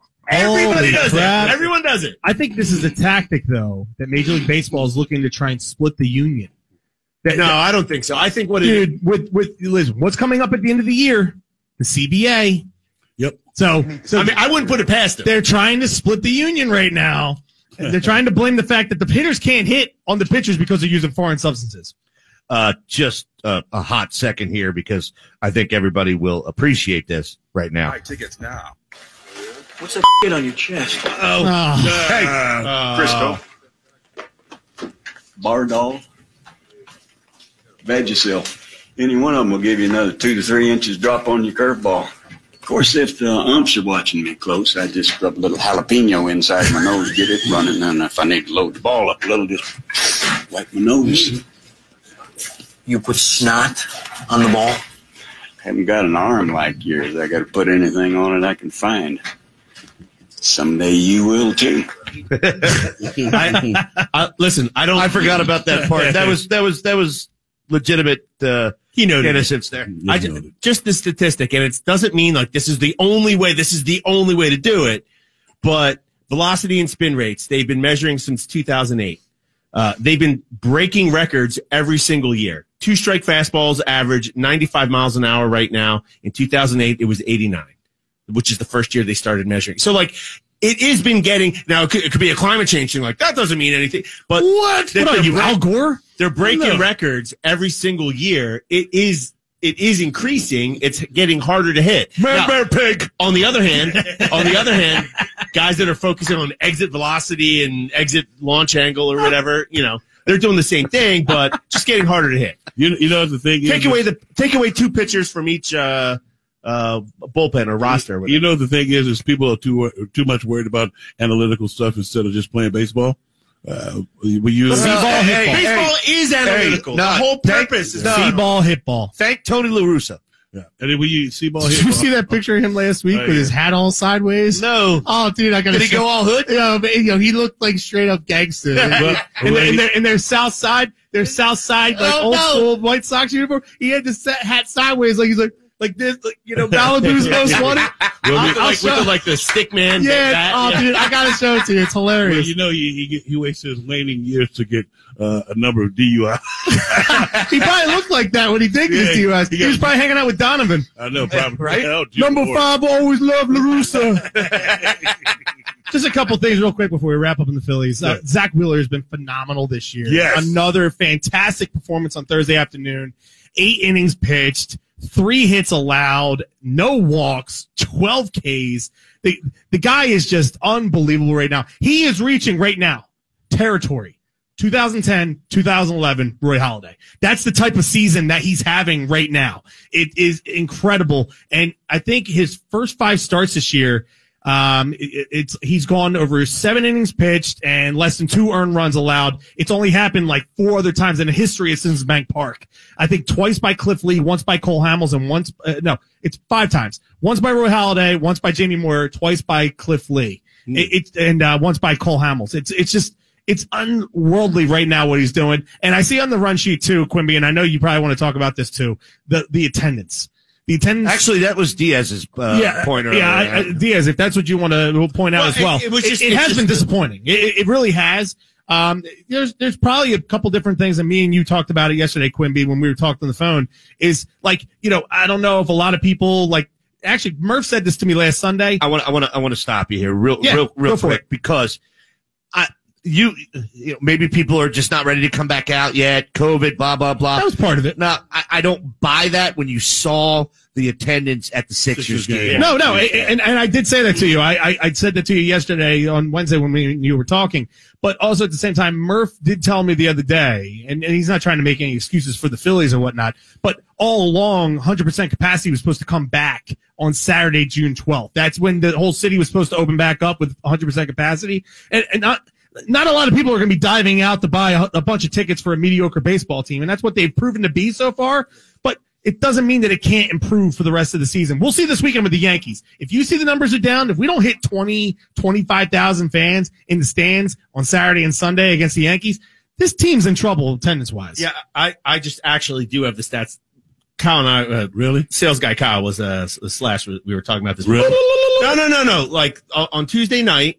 C: Holy
E: Everybody does
C: crap.
E: it. Everyone does it.
C: I think this is a tactic, though, that Major League Baseball is looking to try and split the union. That-
E: No, I don't think so. I think what it,
C: dude, with with listen, what's coming up at the end of the year? The CBA.
D: Yep.
C: So so
E: I mean, I wouldn't put it past them.
C: they're trying to split the union right now. They're trying to blame the fact that the hitters can't hit on the pitchers because they're using foreign substances.
B: uh, just uh, a hot second here because I think everybody will appreciate this right now.
I: What's that shit on your chest?
C: Oh,
B: Uh,
I: Frisco. Bar dog. Bad yourself. Any one of them will give you another two to three inches drop on your curveball. Of course, if the umps are watching me close, I just rub a little jalapeno inside my nose, get it running, and if I need to load the ball up a little, just wipe my nose.
J: You put snot on the ball?
I: Haven't got an arm like yours. I got to put anything on it I can find. Someday you will too.
E: I- listen, I don't.
B: I forgot about that part. That was that was that was legitimate uh,
E: He noted. it.
B: innocence there.
E: I ju- just, the statistic, and it doesn't mean like this is the only way. This is the only way to do it. But velocity and spin rates—they've been measuring since 2008. Uh, they've been breaking records every single year. Two strike fastballs average 95 miles an hour right now. In 2008, it was 89, which is the first year they started measuring. So like. It has been getting now. It could, it could be a climate change thing, like that doesn't mean anything. But what?
C: what are you, Al Gore?
E: They're breaking records every single year. It is it is increasing. It's getting harder to hit. Now,
D: pig.
E: on the other hand, on the other hand, guys that are focusing on exit velocity and exit launch angle or whatever, you know, they're doing the same thing, but just getting harder to hit.
D: You, you know the thing.
E: Take
D: is,
E: away the take away two pitchers from each uh,
B: uh, bullpen or roster. or whatever.
D: You know the thing is, is people are too too much worried about analytical stuff instead of just playing baseball. Uh, we use
B: Well, hey, hey,
E: Baseball is analytical.
B: no,
E: the whole
B: thank-
E: purpose is
B: no.
C: Sea ball, hit ball.
B: Thank Tony La Russa.
D: yeah. and then we use see ball.
C: Did
D: hit
C: you
D: ball.
C: see that picture of him last week
D: Oh,
C: with
D: yeah.
C: his hat all sideways?
B: No.
C: Oh, dude, I gotta.
B: Did he go all hood?
C: Yeah, but, you know, he looked like straight up gangster.
D: Well,
C: and, their,
D: ladies-
C: and, their, and their South Side, their South Side like
B: Oh,
C: old
B: no.
C: school White Sox uniform. He had the set, hat sideways, like he's like like this, like, you know, Malibu's most wanted.
D: Well,
C: I'll-
D: we-
C: I'll
E: like with
C: show-
E: the, like the stick man.
C: yeah,
E: that-
C: oh,
E: yeah.
C: dude, I gotta show it to you. It's
D: Well,
C: hilarious.
D: you know, he, he, get- he wasted his waning years to get uh, a number of DUI.
C: he probably looked like that when he did
D: Yeah,
C: his DUIs.
D: he
C: He was
D: got-
C: probably hanging out with Donovan.
D: I know, probably.
B: Right?
D: Oh, dear
C: Number
D: Lord.
C: five always loved LaRussa. Just a couple things real quick before we wrap up in the Phillies. Uh, Zach Wheeler has been phenomenal this year.
D: Yes.
C: Another fantastic performance on Thursday afternoon. Eight innings pitched, three hits allowed, no walks, 12 Ks. The, the guy is just unbelievable right now. He is reaching right now territory. 2010, 2011, Roy Holiday. That's the type of season that he's having right now. It is incredible, and I think his first five starts this year, um, it- it- it's he's gone over seven innings pitched and less than two earned runs allowed. It's only happened like four other times in the history of Citizens Bank Park. I think twice by Cliff Lee, once by Cole Hamels, and once uh, no, it's five times. Once by Roy Halladay, once by Jamie Moyer, twice by Cliff Lee, It- it's and uh, once by Cole Hamels. It's it's just it's unworldly right now what he's doing. And I see on the run sheet too, Quimby, and I know you probably want to talk about this too. The the attendance, the attendance.
B: Actually, that was Diaz's uh,
C: yeah,
B: point earlier.
C: yeah, I, I, Diaz. If that's what you want to point out
E: Well,
C: as well,
E: it- it was just-
C: it,
E: it
C: has
E: just-
C: been disappointing. It- It, it really has. Um, there's there's probably a couple different things, and me and you talked about it yesterday, Quimby, when we were talking on the phone. Is like you know I don't know if a lot of people like actually Murph said this to me last Sunday.
B: I want I want to I want to stop you here real
C: Yeah,
B: real real
C: go for
B: quick because I you, you know, maybe people are just not ready to come back out yet. COVID, blah blah blah.
C: that was part of it.
B: Now I, I don't buy that when you saw the attendance at the Sixers,
D: Sixers game.
B: game.
D: Yeah.
C: No, no, and, and I did say that to you. I, I I said that to you yesterday on Wednesday when we you were talking. But also at the same time, Murph did tell me the other day, and, and he's not trying to make any excuses for the Phillies or whatnot. But all along, 100% capacity was supposed to come back on Saturday, June 12th. That's when the whole city was supposed to open back up with 100% capacity, and, and not. Not a lot of people are going to be diving out to buy a, a bunch of tickets for a mediocre baseball team, and that's what they've proven to be so far. But it doesn't mean that it can't improve for the rest of the season. We'll see this weekend with the Yankees. If you see the numbers are down, if we don't hit 20, 25,000 fans in the stands on Saturday and Sunday against the Yankees, this team's in trouble attendance wise.
E: Yeah, I, I just actually do have the stats. Kyle and I, uh,
D: Really?
E: sales guy Kyle was uh, s- slash. We were talking about this.
D: Really?
E: No, no, no, no. Like o- on Tuesday night,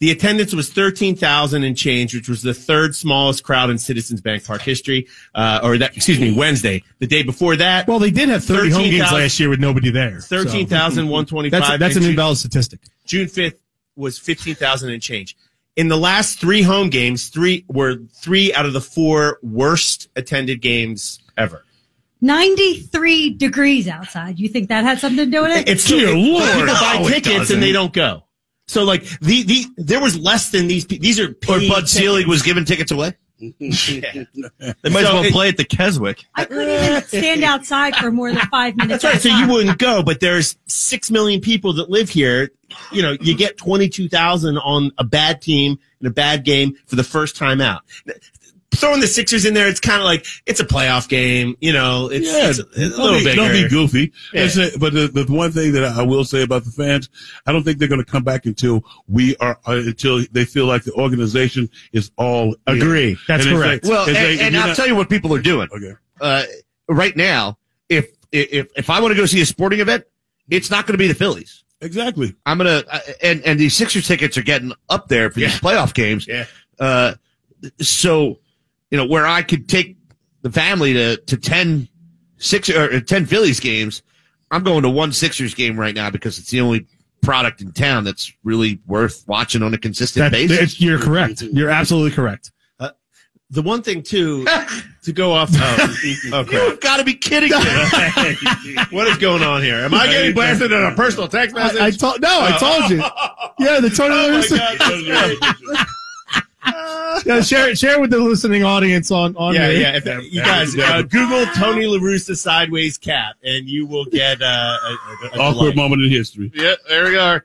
E: the attendance was thirteen thousand and change, which was the third smallest crowd in Citizens Bank Park history. Uh, or that, excuse me, Wednesday. The day before that,
C: Well, they did have 30 home games
E: 13,000
C: last year with nobody there. so-
E: thirteen thousand one twenty five.
C: That's, that's an invalid statistic.
E: June 5th was 15,000 and change. In the last three home games, three were three out of the four worst attended games ever.
F: 93 degrees outside. You think that had something to do with it?
E: Dear Lord. People buy
B: No, it
E: tickets
B: doesn't.
E: and they don't go. So like the, the there was less than these. pe- These are
B: Or
E: paid
B: Bud
E: tickets.
B: Selig was giving tickets away.
G: They might
E: So
G: as well
E: it-
G: play at the Keswick.
F: I couldn't even stand outside for more than five minutes.
E: That's right.
F: at a
E: So you
F: time.
E: wouldn't go, but there's six million people that live here. You know, you get twenty two thousand on a bad team in a bad game for the first time out. Throwing the Sixers in there, it's kind of like it's a playoff game. You know, it's, it's a, it's a
D: don't
E: little
D: be,
E: bit.
D: Don't be goofy. That's it. But the, the one thing that I will say about the fans, I don't think they're going to come back until we are uh, until they feel like the organization is all in.
C: Agree. That's
D: And it's
C: correct.
D: like-
B: Well, and,
D: it's like,
B: and
D: you're
B: I'll
D: not-
B: tell you what people are doing
D: Okay.
B: uh, right now. If if if I want to go see a sporting event, it's not going to be the Phillies.
D: Exactly.
B: I'm gonna uh, and and these Sixers tickets are getting up there for these playoff games.
E: Yeah.
B: Uh, so you know where I could take the family to to ten six or uh, ten Phillies games, I'm going to one Sixers game right now because it's the only product in town that's really worth watching on a consistent
C: That,
B: basis.
C: it's- you're correct. You're absolutely correct.
E: The one thing too to go off. Oh, oh, crap.
B: You've got to be kidding me!
E: what is going on here? Am I getting blasted in a personal text message?
C: I, I
E: Oh
C: told no, I told you. Yeah, the Tony La Russa-
E: God, that's great.
C: Yeah, share share with the listening audience on on
E: yeah,
C: the-
E: yeah. If, you guys, uh, Google Tony LaRussa sideways cap, and you will get uh, a, a, a
D: Awkward
E: delight.
D: moment in history.
B: Yep, there we are.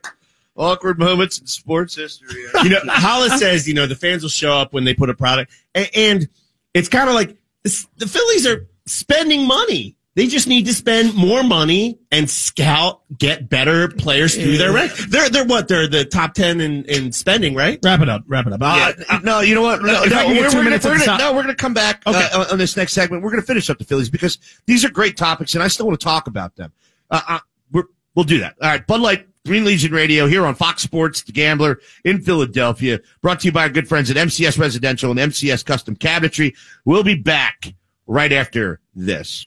B: Awkward moments in sports history.
E: You know, Hollis says, you know, the fans will show up when they put a product, and, and it's kind of like this, the Phillies are spending money. They just need to spend more money and scout, get better players through their rank. They're they're what they're the top ten in, in spending, right?
C: Wrap it up. Wrap it up.
B: Uh,
C: I-
B: no, you know what? No,
C: If I
B: no,
C: can get
B: we're,
C: two
B: we're gonna,
C: minutes at
B: we're
C: the
B: gonna-
C: top.
B: no, we're gonna come back uh,
C: Okay.
B: on- on this next segment. We're going to finish up the Phillies because these are great topics, and I still want to talk about them. Uh, uh, we're, we'll do that. All right, Bud Light Green Legion Radio here on Fox Sports, The Gambler in Philadelphia, brought to you by our good friends at MCS Residential and MCS Custom Cabinetry. We'll be back right after this.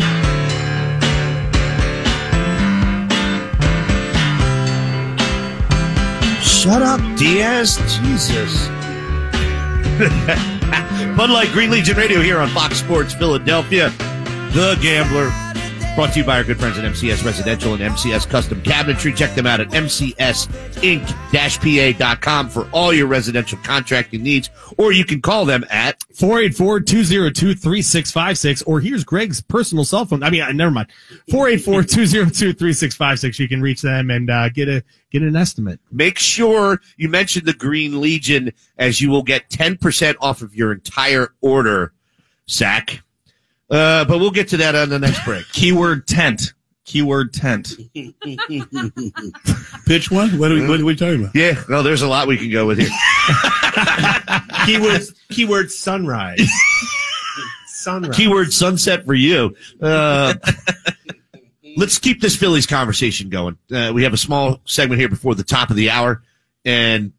B: Shut up, Diaz. Jesus. Bud Light Green Legion Radio here on Fox Sports Philadelphia. The Gambler. Brought to you by our good friends at MCS Residential and MCS Custom Cabinetry. Check them out at mcsinc-pa.com for all your residential contracting needs, or you can call them at
C: 484-202-3656 or here's Greg's personal cell phone. I mean, I- never mind. 484-202-3656 you can reach them and uh, get a get an estimate.
B: Make sure you mention the Green Legion as you will get 10% off of your entire order, Zach. Uh, but we'll get to that on the next break.
G: Keyword tent. Keyword tent.
D: Pitch one? What are we, what are we talking about?
B: Yeah, no, there's a lot we can go with here.
E: keyword keyword sunrise. sunrise.
B: Keyword sunset for you. Uh, let's keep this Phillies conversation going. Uh, we have a small segment here before the top of the hour, and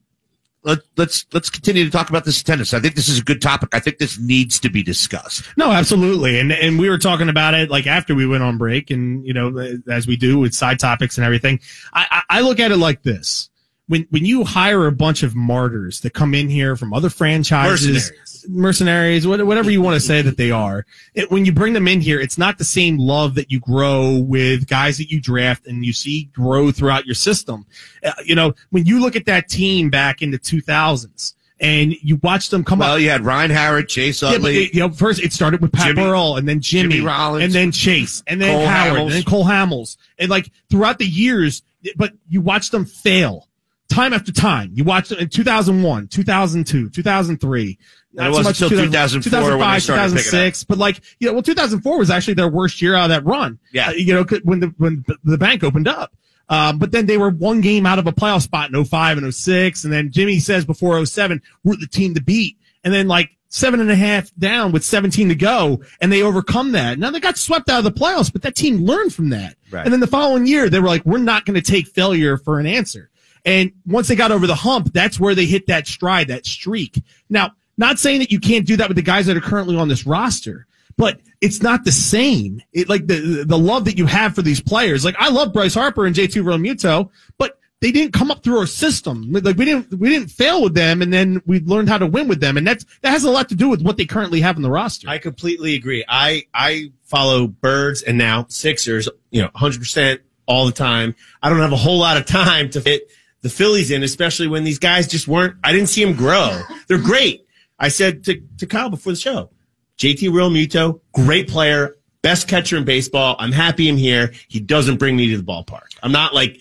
B: let, let's let's continue to talk about this tennis. I think this is a good topic. I think this needs to be discussed.
C: No, absolutely. And and we were talking about it like after we went on break and you know as we do with side topics and everything. I I, I look at it like this. When when you hire a bunch of martyrs that come in here from other franchises, mercenaries, what- whatever you want to say that they are, it, when you bring them in here, it's not the same love that you grow with guys that you draft and you see grow throughout your system. Uh, you know, when you look at that team back in the 2000s and you watch them come up
B: Well, you had Ryan Howard, Chase
C: yeah, but
B: Utley.
C: it- you know, first it started with Pat
B: Jimmy-
C: Burrell and then Jimmy,
B: Jimmy Rollins.
C: and then Chase and then
B: Cole
C: Howard
B: Hamels.
C: and then Cole Hamels. And like throughout the years, but you watch them fail time after time. You watch them in 2001, 2002, 2003.
B: It wasn't until 2004 when they started picking up.
C: 2006, but like, you know, well, 2004 was actually their worst year out of that run.
B: Yeah.
C: Uh, you know, 'cause when the, when the bank opened up. Um, but then they were one game out of a playoff spot in 05 and 06. And then Jimmy says before 07, we're the team to beat. And then like seven and a half down with 17 to go. And they overcome that. Now they got swept out of the playoffs, but that team learned from that.
B: Right.
C: And then the following year, they were like, we're not going to take failure for an answer. And once they got over the hump, that's where they hit that stride, that streak. Now, not saying that you can't do that with the guys that are currently on this roster, but it's not the same. It like the the love that you have for these players. Like I love Bryce Harper and JT Realmuto, but they didn't come up through our system. Like we didn't we didn't fail with them, and then we learned how to win with them, and that's that has a lot to do with what they currently have on the roster.
E: I completely agree. I I follow birds and now Sixers, you know, 100% all the time. I don't have a whole lot of time to fit the Phillies in, especially when these guys just weren't I didn't see them grow. They're great. I said to, to Kyle before the show, JT Real Muto, great player, best catcher in baseball. I'm happy I'm here. He doesn't bring me to the ballpark. I'm not like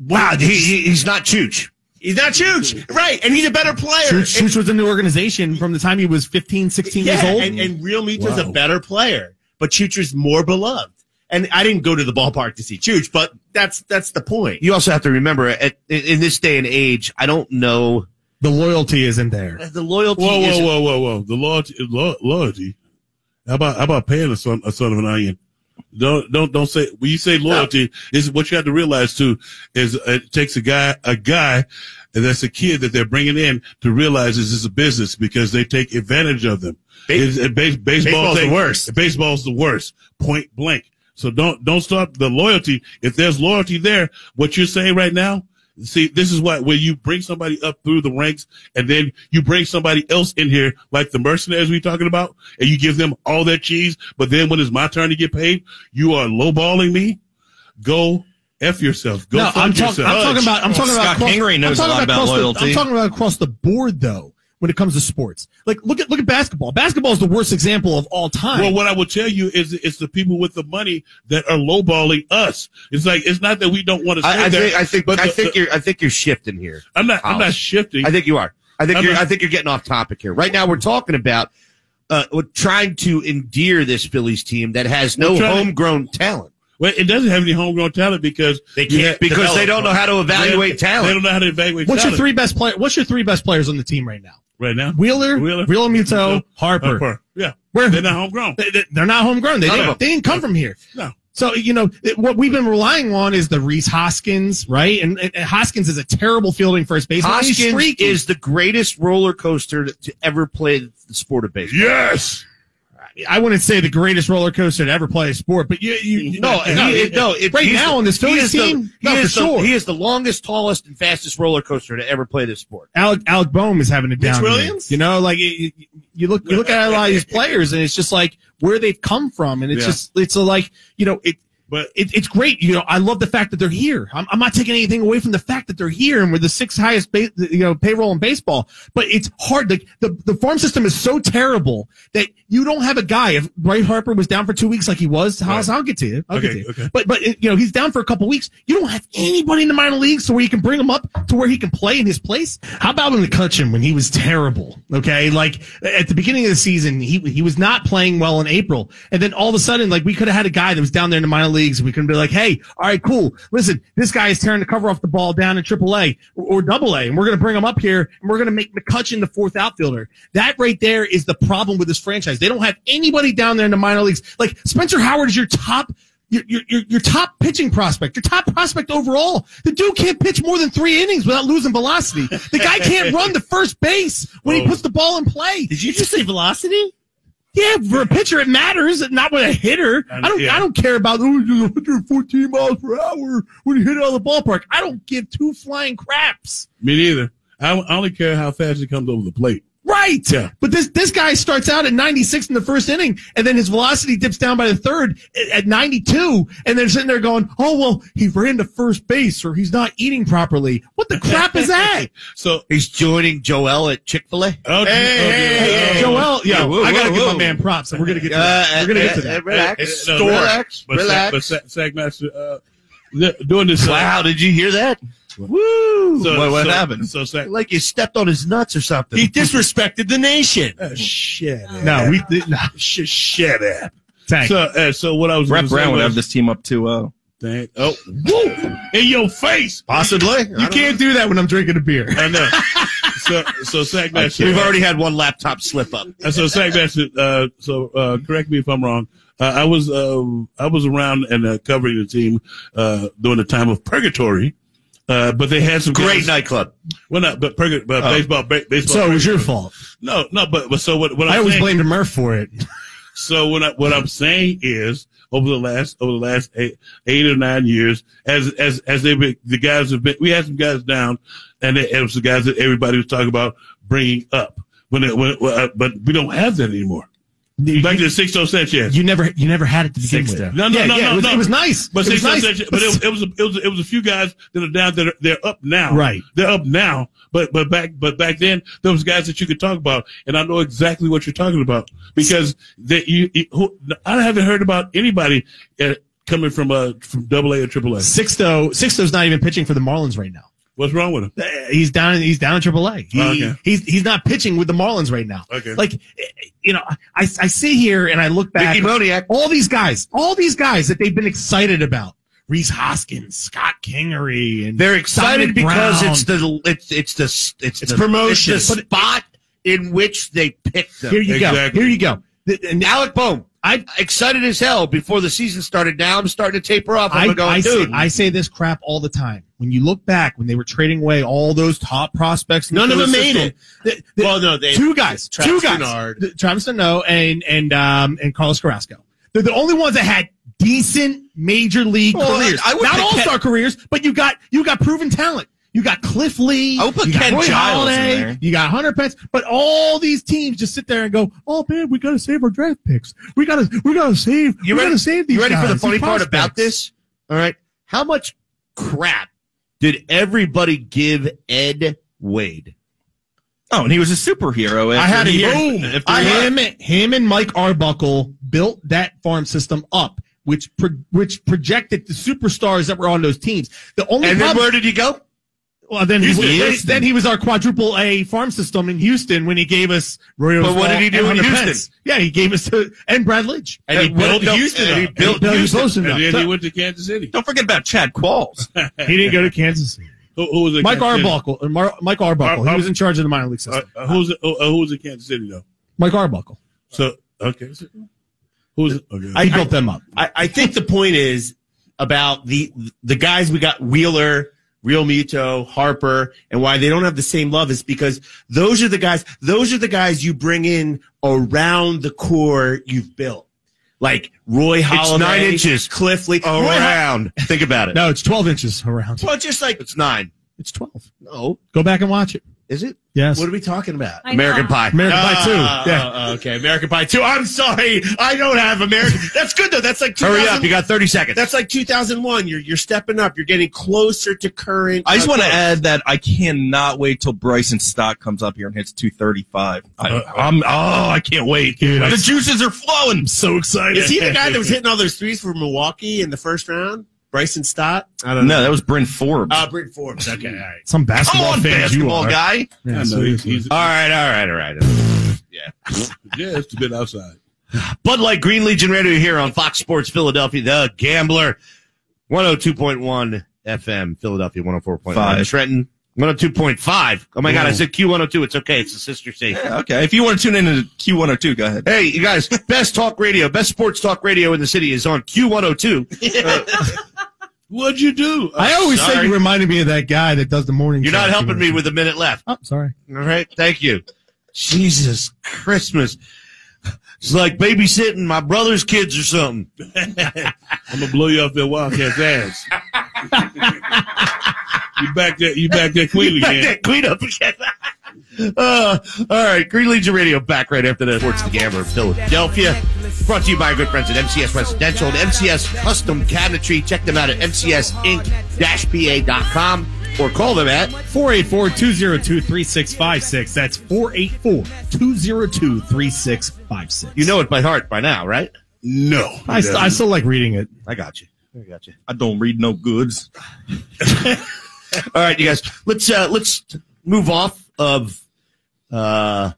B: wow, he, he- he's not huge.
E: he's not huge. Right. And he's a better player.
C: Chooch, Chooch was in the organization from the time he was 15, 16 years old.
E: And, and Real Muto's a better player, but Chucher's more beloved. And I didn't go to the ballpark to see Chuch, but that's that's the point.
B: You also have to remember, at, in in this day and age, I don't know
C: the loyalty isn't there.
B: the loyalty.
D: Whoa,
B: is-
D: whoa, whoa, whoa, whoa! The loyalty, lo- loyalty. How about how about paying a son a son of an onion? Don't don't don't say when you say loyalty is what you have to realize too is it takes a guy a guy and that's a kid that they're bringing in to realize this is a business because they take advantage of them. It's- it- base- baseball
E: baseball's the
D: takes-
E: worst.
D: Baseball's the worst. Point blank. So don't don't stop the loyalty. If there's loyalty there, what you're saying right now, see, this is why when you bring somebody up through the ranks and then you bring somebody else in here, like the mercenaries we talking about, and you give them all that cheese, but then when it's my turn to get paid, you are lowballing me. Go f yourself. Go
C: no,
D: fuck
C: I'm, talk-
D: yourself.
C: I'm talking about. I'm talking
G: Scott
C: about.
G: Kingery knows
C: I'm talking
G: a lot about
C: across the-
G: loyalty.
C: I'm talking about across the board, though. when it comes to sports. Like look at look at basketball. Basketball is the worst example of all time.
D: Well, what I will tell you is it's the people with the money that are lowballing us. It's like it's not that we don't want to.
B: I, I
D: there,
B: think I think
D: but
B: I
D: the-
B: think
D: the-
B: you're I think you're shifting here.
D: I'm not. I'm
B: House.
D: not shifting.
B: I think you are. I think
D: I'm
B: you're,
D: not-
B: I think you're getting off topic here. Right now, we're talking about uh, we're trying to endear this Phillies team that has no
D: We're trying to-
B: homegrown talent.
D: Well, it doesn't have any homegrown talent because
B: They
D: you
B: can't
D: have-
B: because they don't know how to evaluate
D: They- They
B: talent.
D: don't know how to evaluate.
C: what's your
D: talent
C: three best player? What's your three best players on the team right now?
D: right now?
C: Wheeler,
D: Wheeler,
C: Wheeler, Muto, Harper.
D: Harper. Yeah,
C: Where
D: they're not homegrown.
C: They- they- They're not homegrown. They
B: None of
C: didn't,
B: them.
C: they didn't come from here.
D: No.
C: So you know it- what we've been relying on is the Reese Hoskins, right? And, and- and Hoskins is a terrible fielding first baseman. He's
B: Hoskins
C: streaky.
B: is the greatest roller coaster to, to ever play the sport of baseball.
D: Yes.
C: I wouldn't say the greatest roller coaster to ever play a sport, but you, you
B: No, he- it- no, it-
C: right
B: he's
C: now
B: the-
C: on this
B: he
C: Phillies
B: is the-
C: team,
B: he
C: no, for
B: is the-
C: sure.
B: he is the longest, tallest, and fastest roller coaster to ever play this sport.
C: Alec, Alec Boehm is having a down. year.
E: Williams?
C: you know, like it, it- you look you look at a lot of these players, and it's just like where they've come from, and it's
D: Yeah.
C: just it's a, like you know it.
D: But-
C: it, it's great, you know. I love the fact that they're here. I'm, I'm not taking anything away from the fact that they're here, and we're the sixth highest, ba- you know, payroll in baseball. But it's hard. Like the the farm system is so terrible that you don't have a guy. If Bryce Harper was down for two weeks, like he was, I'll, I'll get to you. I'll get
D: Okay,
C: to you.
D: okay.
C: But but you know he's down for a couple weeks. You don't have anybody in the minor leagues to where you can bring him up to where he can play in his place. How about when McCutcheon when he was terrible? Okay, like at the beginning of the season he he was not playing well in April, and then all of a sudden like we could have had a guy that was down there in the minor leagues. We could be like, hey, all right, cool. Listen, this guy is tearing the cover off the ball down in AAA or Double A, and we're going to bring him up here and we're going to make McCutcheon the fourth outfielder. That right there is the problem with this franchise. They don't have anybody down there in the minor leagues. Like Spencer Howard is your top your, your, your, your top pitching prospect, your top prospect overall. The dude can't pitch more than three innings without losing velocity. The guy can't run to first base when he puts the ball in play.
E: Did you just say velocity?
C: Yeah, for a pitcher it matters, not with a hitter. I don't
D: yeah.
C: I don't care about oh, you're 114 miles per hour when you hit it out of the ballpark. I don't give two flying craps.
D: Me neither. I, I only care how fast it comes over the plate.
C: Right.
D: Yeah.
C: But this this guy starts out at 96 in the first inning, and then his velocity dips down by the third at- at 92, and they're sitting there going, "Oh well, he ran to first base, or he's not eating properly." What the crap is that?
D: So
B: He's joining Joel at Chick Fil A.
D: oh,
C: Hey, Joel, yo,
B: Yeah, whoa,
C: I gotta
B: whoa,
C: give
B: whoa.
C: my man props, and we're gonna get to that.
B: Uh,
C: We're gonna get to
B: uh,
C: that.
B: uh, Relax.
D: It's
B: Relax. Relax.
D: But, Sa- but Sa- Sagmaster, uh, th- doing this. uh,
B: Wow, did you hear that? Woo!
D: So,
B: what what
D: so,
B: happened?
D: So Sag,
B: like you stepped on his nuts or something.
E: He disrespected the nation.
D: uh, shit.
C: No, we did not.
D: Shit, shit. eh.
C: Tank.
D: So, uh, so what I was
G: Brett
D: gonna say
G: Brown would
D: was-
G: have this team up 2-0.
D: Dang. Oh, woo! In your face.
B: Possibly.
C: you can't do that when I'm drinking a beer.
D: I know. so, so uh, Sagmaster.
B: We've already had one laptop slip up.
D: Uh, so Sagmaster, uh, so uh, correct me if I'm wrong. Uh, I was uh, I was around and uh, covering the team uh, during the time of purgatory, uh, but they had some
B: Great nightclub.
D: Well, not but purg- but baseball ba- baseball.
C: So it was your fault.
D: no, no, but, but so what? What I'm
C: I always
D: saying,
C: blamed Murph for it.
D: So what? I, what I'm saying is over the last over the last eight, eight or nine years, as as as they been, the guys have been, we had some guys down, and they, it was the guys that everybody was talking about bringing up. When, it, when it, uh, but we don't have that anymore. Back to the oh Sixto Sanchez.
C: You never, you never had it to begin with.
D: No, no,
C: Yeah,
D: no,
C: yeah,
D: no,
C: it was,
D: no.
C: It was nice.
D: But
C: it was
D: Sixto
C: nice.
D: Sanchez, but it, it was a, it was a- it was a few guys that are down that are, they're up now.
C: Right.
D: They're up now. But but back but back then there was guys that you could talk about, and I know exactly what you're talking about because that you, you- who, I haven't heard about anybody uh, coming from uh from Double A or Triple A.
C: Sixto Sixto's not even pitching for the Marlins right now.
D: What's wrong with him?
C: Uh, He's down. in- He's down in AAA. He,
D: Oh, Okay.
C: He's he's not pitching with the Marlins right now.
D: Okay.
C: Like eh, you know, I I sit here and I look back.
B: Mickey Moniak.
C: All these guys, all these guys that they've been excited about. Reese Hoskins, Scott Kingery, and
B: They're excited
C: Dominic
B: because
C: Brown.
B: it's the it's it's the it's, the,
C: promotion.
B: It's the spot in which they picked them.
C: here you
D: Exactly.
C: go. Here you go. Th- And
B: Alec Boehm.
C: I
B: Excited as hell before the season started. Now I'm starting to taper off. I'm going, dude.
C: Say, I say this crap all the time. When you look back, when they were trading away all those top prospects,
E: None of them made it.
C: it. well,
E: no, they-
C: two guys, two
E: Travis
C: guys,
E: Denard.
C: Th- Travis Deneau and and um and Carlos Carrasco. They're the only ones that had decent major league
B: Well,
C: careers,
B: I- I would
C: not
B: pick
C: all star careers, but you got you got proven talent. You got Cliff Lee.
B: I would put
C: you got
B: Ken
C: Roy
B: Giles in
C: Halladay,
B: there.
C: You got Hunter Pence. But all these teams just sit there and go, "Oh man, we got to save our draft picks. We got to we got to save.
B: You
C: we
B: ready-
C: got to save these."
B: You ready for the
C: guys,
B: funny
C: these
B: part about
C: prospects."
B: this? All right. How much crap did everybody give Ed Wade?
G: Oh, and he was a superhero.
C: I
G: after
C: had a
G: he-
C: boom.
G: after
C: I
G: he-
C: him, him and Mike Arbuckle built that farm system up, which pro, which projected the superstars that were on those teams. The only
B: And then
C: problem-
B: where did you go?
C: well, then, he,
B: Houston.
C: then-
B: Houston.
C: then he was our quadruple A farm system in Houston when he gave us Roy
B: But what
C: Oswalt
B: did he do
C: and
B: in
C: Hunter
B: Houston?
C: Yeah, he gave us the, and Brad Lidge.
B: And he
C: what
B: built
C: did
B: Houston
C: do?
B: up.
C: And
B: He built Houston.
C: Houston
D: And
C: up.
D: then
C: So-
D: he went to Kansas City.
G: Don't forget about Chad Qualls.
C: he didn't go to Kansas City.
D: Who, who was in
C: Mike
D: Kansas City?
C: Arbuckle, or Mar- Mike
B: Uh,
C: Arbuckle.
D: Ar-
C: he was in charge of the minor league
D: Uh,
C: system.
D: uh, who's uh, who was in Kansas City though?
C: Mike Arbuckle.
D: So okay, so, who's okay?
C: He built them up.
E: I, I think the point is about the the guys we got Wheeler, Real Muto, Harper, and why they don't have the same love is because those are the guys. Those are the guys you bring in around the core you've built, like Roy Holiday,
B: nine inches
E: Cliff Lee, Roy Ho-
B: Around. Think about it.
C: No, it's 12 inches around.
E: well, just like
B: It's nine.
C: It's 12.
B: No.
C: Go back and watch it.
B: Is it?
C: Yes.
E: what are we talking about?
F: I
B: American
F: thought.
B: Pie.
C: American Pie too.
E: Ah,
C: Yeah.
E: oh, okay, American Pie two. I'm sorry, I don't have American. That's good though. That's like
B: Hurry up.
E: 2000
B: You got 30 seconds.
E: That's like 2001. You're you're stepping up. You're getting closer to current.
G: I just want to
E: approach.
G: add that I cannot wait till Bryson Stock comes up here and hits 235. I, I'm oh, I can't wait. the juices are flowing. I'm so excited.
E: Is he the guy that was hitting all those threes for Milwaukee in the first round? Bryson Stott? I don't know.
G: No, that was Bryn Forbes.
E: Uh, Brent Forbes. Okay, all right.
C: Some
G: Come
C: basketball
G: on,
C: fans you
G: basketball
C: are.
G: guy.
D: I
C: Yeah,
D: know, he's,
C: seriously.
D: he's,
B: all right. All right. All right.
D: yeah, it's a bit outside.
B: Bud Light Green Legion Radio here on Fox Sports Philadelphia, The Gambler, 102.1 FM, Philadelphia 104.5,
G: Five.
B: Trenton 102.5. Oh my God, I said Q102. It's okay. It's the sister station.
G: Yeah, okay. If you want to tune into Q102, go ahead.
B: Hey, you guys, best talk radio, best sports talk radio in the city is on Q102.
D: What'd you do?
C: I always
B: Sorry.
C: say you reminded me of that guy that does the morning.
B: You're
C: show.
B: not helping me with a minute left.
C: Oh, sorry.
B: All right. Thank you. Jesus Christmas. It's like babysitting my brother's kids or something.
D: I'm gonna blow you off that Wildcats ass. you back that you back that queen
B: Back
D: again.
B: that queen up again. Uh, all right, Green Legion Radio back right after this. Sports the Gambler, Philadelphia. Brought to you by our good friends at MCS Residential and MCS Custom Cabinetry. Check them out at mcsinc-pa.com or call them at oh,
C: 484 202 3656. That's 484 202 3656.
B: you know it by heart by now, right?
D: No,
C: I, st- I still like reading it.
B: I got you. I got you.
G: I don't read no goods.
B: All right, you guys. Let's uh let's move off of uh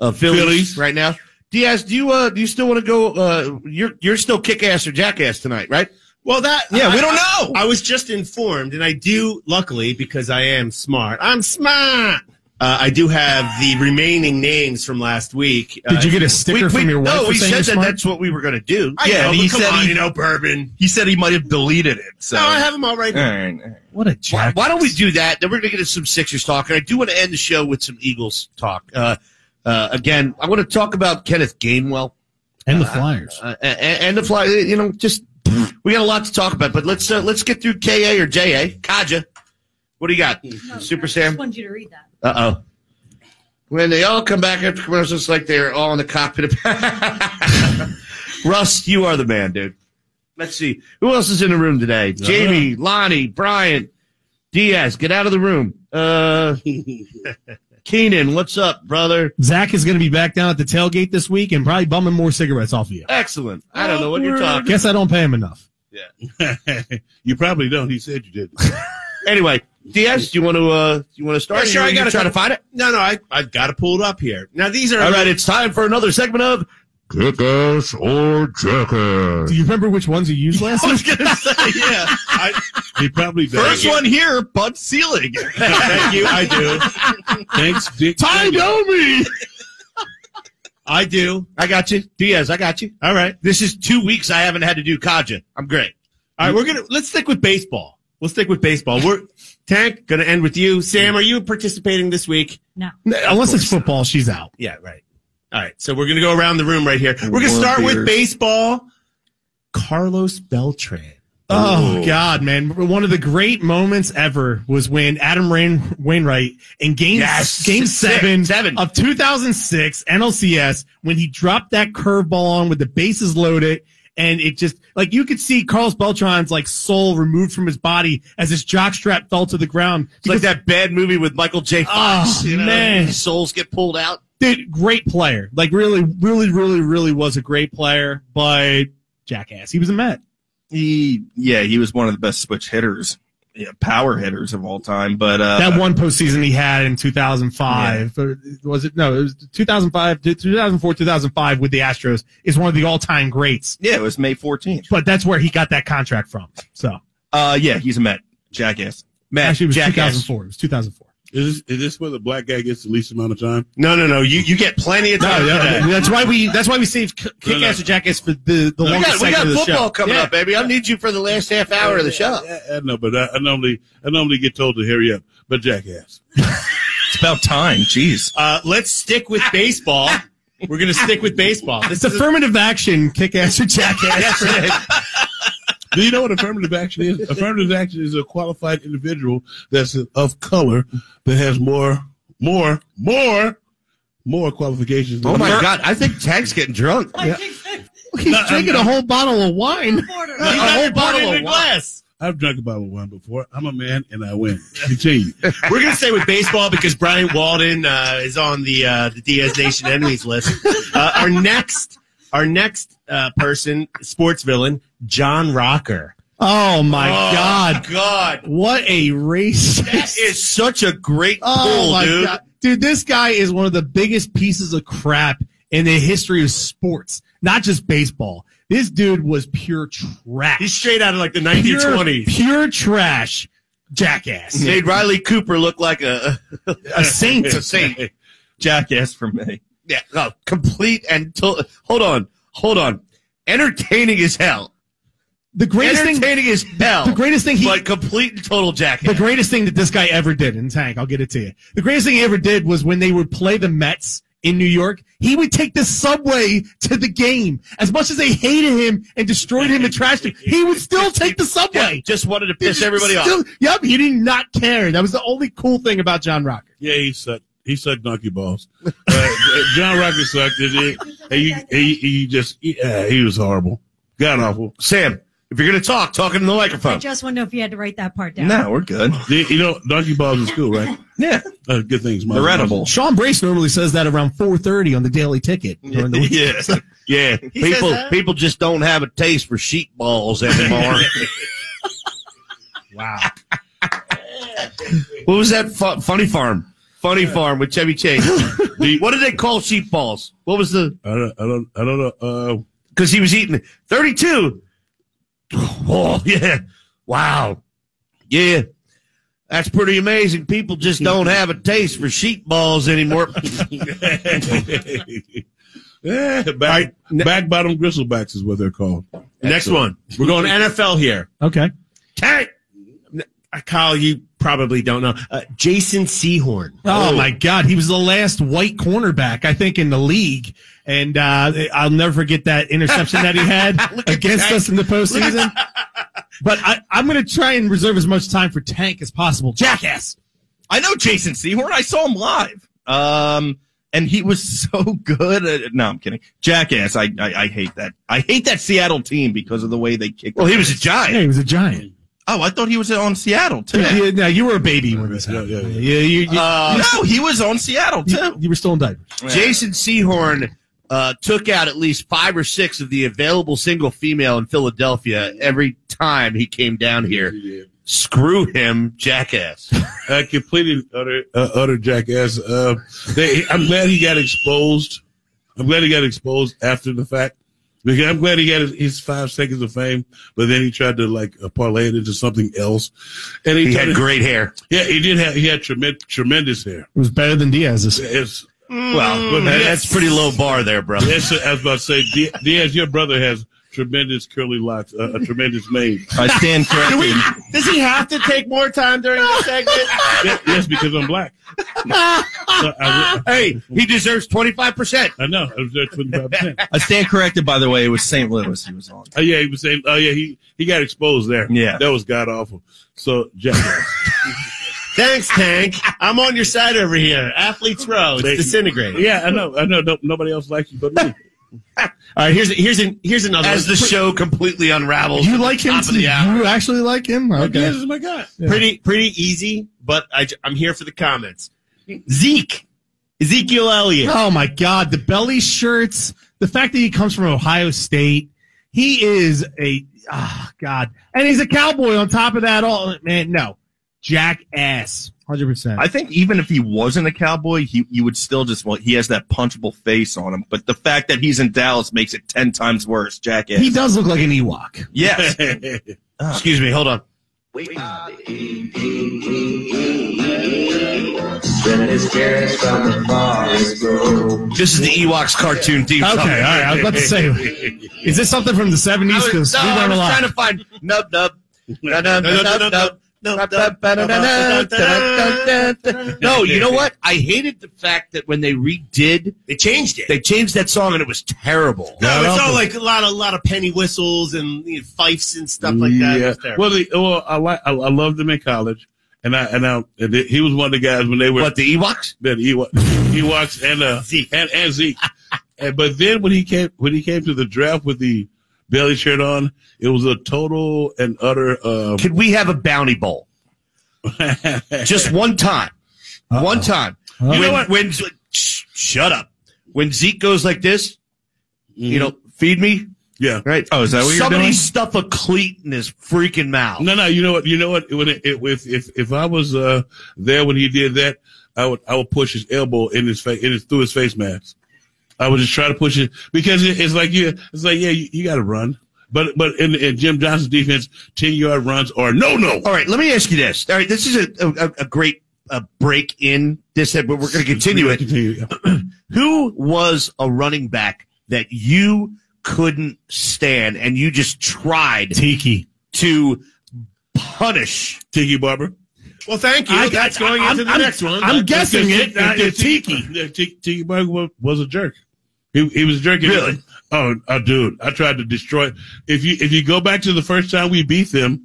B: of Phillies,
D: Phillies.
B: right now. Diaz, do you uh do you still want to go uh you're you're still kick ass or jackass tonight, right?
E: Well, that
G: Yeah,
E: I-
G: we don't know.
E: I was just informed, and I do luckily because I am smart. I'm smart. Uh, I do have the remaining names from last week. Uh,
C: Did you get a sticker
B: we,
C: from
B: we-
C: your wife?
B: No,
C: for
B: we said
C: saying
B: that
C: you're smart?
B: that's what we were going to do.
E: I
G: Yeah, and
E: know, but
G: he
E: come
G: said
E: on,
G: he-
E: you know, bourbon.
G: He said he might have deleted it. So.
E: No, I have them all right.
G: All
E: Now.
G: right, all right.
C: what a
B: Why,
C: jack.
B: why don't we do that? Then we're going to get into some Sixers talk. And I do want to end the show with some Eagles talk. Uh, uh, again, I want to talk about Kenneth Gainwell
C: And the Flyers.
B: uh, and, and the fly. You know, just we got a lot to talk about, but let's uh, let's get through KA or JA. Kaja, what do you got?
F: No,
B: Super
F: I
B: Sam?
F: just wanted you to read that.
B: Uh oh. When they all come back after commercials, like they're all in the cockpit. Of- Russ, you are the man, dude. Let's see who else is in the room today. Jamie, Lonnie, Brian, Diaz, get out of the room. Uh, Keenan, what's up, brother?
C: Zach is going to be back down at the tailgate this week and probably bumming more cigarettes off of you.
B: Excellent. I don't know what you're talking.
C: Guess I don't pay him enough.
D: you probably don't. He said you did.
B: Anyway, Diaz, do you want to uh, do you want to start?
E: Yeah, sure, I
B: You
E: gotta
B: try to
E: come-
B: find it.
E: No, no, I I've got to pull it up here. Now these are
B: All right, it's time for another segment of Kick-Ass or Jackass.
C: Do you remember which ones you used last week?
D: yeah, I, he probably does.
G: First one here, Bud Selig.
D: Thank you. I do. Thanks, Dick.
B: I know me.
E: I do.
B: I got you, Diaz. I got you.
E: All right,
B: This is two weeks I haven't had to do Kaja. I'm great.
E: all right. We're gonna let's stick with baseball. We'll stick with baseball. We're Tank gonna end with you. Sam, are you participating this week?
F: No.
C: Unless it's football, she's out.
E: Yeah, right. All right. So we're going to go around the room right here. We're going to
G: Warm
E: start with
G: beers.
E: baseball. Carlos Beltran.
C: Oh God, man! One of the great moments ever was when Adam Rain- Wainwright in game
B: Yes.
C: game
B: Six-
C: seven,
B: seven.
C: of 2006 NLCS when he dropped that curveball on with the bases loaded and it just like you could see Carlos Beltran's like soul removed from his body as his jockstrap fell to the ground.
B: It's like that bad movie with Michael J. Fox.
C: Oh,
B: you know,
C: man.
B: souls get pulled out.
C: dude, great player. Like really, really, really, really was a great player, but jackass. He was a Met.
G: He, yeah, he was one of the best switch hitters, yeah, power hitters of all time. But uh,
C: that one postseason he had in 2005 or was it? No, it was 2005, 2004, 2005 with the Astros is one of the all-time greats.
G: yeah, it was May 14th.
C: But that's where he got that contract from. So
G: Uh, yeah, he's a Met. Jackass. Met.
C: actually, it was
G: jackass.
C: 2004. It was 2004.
D: Is this, is this where the black guy gets the least amount of time?
B: No, no, no. You you get plenty of time. for that.
C: That's why we. That's why we save kick ass and jackass for the
B: We
C: the
B: got,
C: longest
B: we got
C: segment of the
B: football
C: show.
B: coming
C: Yeah.
B: up, baby. I need you for the last half hour of the show.
D: Yeah, I know, but I, I normally I normally get told to hurry up. But jackass.
G: It's about time. Jeez.
E: Uh, let's stick with baseball. We're going to stick with baseball.
C: It's
E: This
C: affirmative action, kick ass or jackass.
D: Do you know what affirmative action is? affirmative action is a qualified individual that's of color that has more, more, more, more qualifications.
B: Oh
D: than-
B: my god! I think Tag's getting drunk.
C: He's
E: um,
C: drinking a whole bottle of wine.
B: A whole bottle of wine.
E: glass.
D: I've drunk a bottle of wine before. I'm a man and I win. Continue.
E: We're going to stay with baseball because Brian Walden uh, is on the uh, the Diaz Nation enemies list. Uh, our next, our next uh, person, sports villain, John Rocker.
C: Oh my god!
E: God,
C: What a racist!
B: It's such a great pull,
C: oh my
B: dude.
C: god, dude! This guy is one of the biggest pieces of crap in the history of sports, not just baseball. This dude was pure trash.
E: he's straight out of like the
C: pure,
E: 1920s.
C: pure trash, jackass,
B: Made Riley Cooper look like a
C: a saint.
B: a saint.
G: Jackass for me.
B: Yeah, no, complete and to- hold on, hold on. Entertaining as hell.
C: The greatest thing.
B: Entertaining as hell.
C: The greatest thing he
B: but complete and total
C: The
B: jacket.
C: greatest thing that this guy ever did, and Tank, I'll get it to you. The greatest thing he ever did was when they would play the Mets in New York, he would take the subway to the game. As much as they hated him and destroyed him and trashed him, he would still take the subway.
B: Just wanted to piss everybody off.
C: Still- Yep, he did not care. That was the only cool thing about John Rocker.
D: Yeah, he sucked. He sucked donkey balls. Uh, John Rocker sucked. It, it, he, he, he just, he, uh, he was horrible. God awful.
B: Sam, if you're gonna talk, talking to the
F: I
B: microphone.
F: just want to know if you had to write that part down.
G: No, we're good.
D: You you know, donkey balls is cool, right?
G: Yeah.
D: Uh, good things, Mom.
G: They're edible.
C: Sean Brace normally says that around 4.30 on the Daily Ticket during the week.
B: Yeah, yeah. people, people just don't have a taste for sheep balls anymore.
C: Wow.
B: what was that fu- funny farm? Funny farm with Chevy Chase.
D: The-
B: what did they call sheep balls? What was the?
D: I don't, I don't, I don't know. uh.
B: Because he was eating thirty-two. Oh yeah! Wow. Yeah. That's pretty amazing. People just don't have a taste for sheep balls anymore.
D: Uh, yeah, back, back bottom gristlebacks is what they're called.
E: Next one, we're going NFL here.
C: Okay.
E: Tank, Uh, Kyle, you probably don't know uh, Jason Seahorn.
C: Oh, my God. He was the last white cornerback, I think, in the league. And uh, I'll never forget that interception that he had against us in the postseason. but I, I'm going to try and reserve as much time for Tank as possible. Jackass.
G: I know Jason Seahorn. I saw him live. Um, and he was so good. At, no, I'm kidding. Jackass. I, I I hate that. I hate that Seattle team because of the way they kicked.
B: well, he
G: us.
B: was a giant.
C: Hey, he was a giant.
G: Oh, I thought he was on Seattle too.
C: Yeah, now, you were a baby when this happened.
D: Yeah, yeah, yeah.
C: Yeah, you, you,
G: Uh, no, he was on Seattle
C: you,
G: too.
C: you were still in diapers.
B: Jason Seahorn uh, took out at least five or six of the available single female in Philadelphia every time he came down here. Screw him, jackass.
D: uh, completed utter uh, utter jackass. Uh, they, I'm glad he got exposed. I'm glad he got exposed after the fact. Because I'm glad he got his, his five seconds of fame, but then he tried to like uh, parlay it into something else. And he,
B: He
D: tried
B: had
D: to-
B: great hair.
D: yeah, he did have he had tremendous tremendous hair.
C: It was better than Diaz's.
D: It's
G: Mm,
B: Well, that- that's pretty low bar there, bro.
D: it's I was about to say Di- Diaz, your brother has tremendous curly locks, uh, a tremendous mane.
G: I stand corrected.
E: Does he have to take more time during the segment?
D: Yes, yes, because I'm black. So I,
B: Hey, he deserves twenty five percent.
D: I know I was there 25. percent
G: I stand corrected. By the way, it was St. Louis. He was on.
D: Oh yeah, he was saying. Oh yeah, he he got exposed there.
G: Yeah.
D: that was god awful. So jackass.
E: Thanks, Tank. I'm on your side over here. Athletes row. It's disintegrate.
D: yeah, I know. I know. No, nobody else likes you but me.
E: All right, here's here's an, here's another.
B: As
E: one.
B: the show completely unravels.
C: You like him?
B: Top of
C: Too?
B: the hour.
C: You actually like him?
D: Yes,
C: Okay.
D: oh my God.
C: Yeah.
E: Pretty pretty easy, but I, am here for the comments. Zeke, Ezekiel Elliott.
C: Oh my God, the belly shirts. The fact that he comes from Ohio State, he is a ah God, and he's a cowboy on top of that. All man, no, jackass, hundred percent.
G: I think even if he wasn't a cowboy, he you would still just well, he has that punchable face on him. But the fact that he's in Dallas makes it ten times worse, jackass.
C: He does look like an Ewok.
G: yes.
B: Excuse me, hold on. This is the Ewoks cartoon theme
C: Okay, all
B: song.
C: right. I was about to say, is this something from the seventies?
B: I was,
C: Because
B: no,
C: we
B: I
C: learn a
B: was
C: lot.
B: trying to find nub nub. Nub, nub,
D: No, no,
B: nub,
D: no, no,
B: nub. No, you know what? I hated the fact that when they redid,
E: They changed it.
B: they changed that song and it was terrible.
E: no, it's all like a lot of lot of penny whistles and you know, fifes and stuff like that. It's terrible.
D: Well, the, well, I like I, I loved him in college, and I and I and he was one of the guys when they were
B: What the Ewoks?
D: that he Ewoks and uh Zeke. and and Zeke. and, but then when he came when he came to the draft with the belly shirt on, it was a total and utter. Um,
B: Could we have a bounty bowl? Just one time. One time.
D: You
B: when,
D: know what?
B: When, sh- shut up. When Zeke goes like this, you know, feed me.
D: yeah.
B: Right.
G: Oh, is that what you're
B: Somebody
G: doing?
B: stuff a cleat in his freaking mouth.
D: No, no. You know what? You know what? When it, it, if if if I was uh there when he did that, I would I would push his elbow in his face in his through his face mask. I would just try to push it because it, it's like yeah, it's like yeah, you, you got to run. But but in, in Jim Johnson's defense, ten yard runs are no no.
B: All right, let me ask you this. All right, this is a a, a great uh break in this, but we're going to continue it.
D: Continue.
B: Who was a running back that you couldn't stand and you just tried
C: Tiki.
B: to punish?
D: Tiki Barber.
E: Well, thank you.
C: I-
E: That's
C: I-
E: going
C: I'm-
E: into the
C: I'm-
E: next one.
C: I'm
E: That's
C: guessing
E: good.
C: it. Uh,
D: If Tiki. if Tiki, Tiki Barber was, was a jerk. He, he was jerking.
B: Really?
D: Oh, oh, dude, I tried to destroy. If you if you go back to the first time we beat them,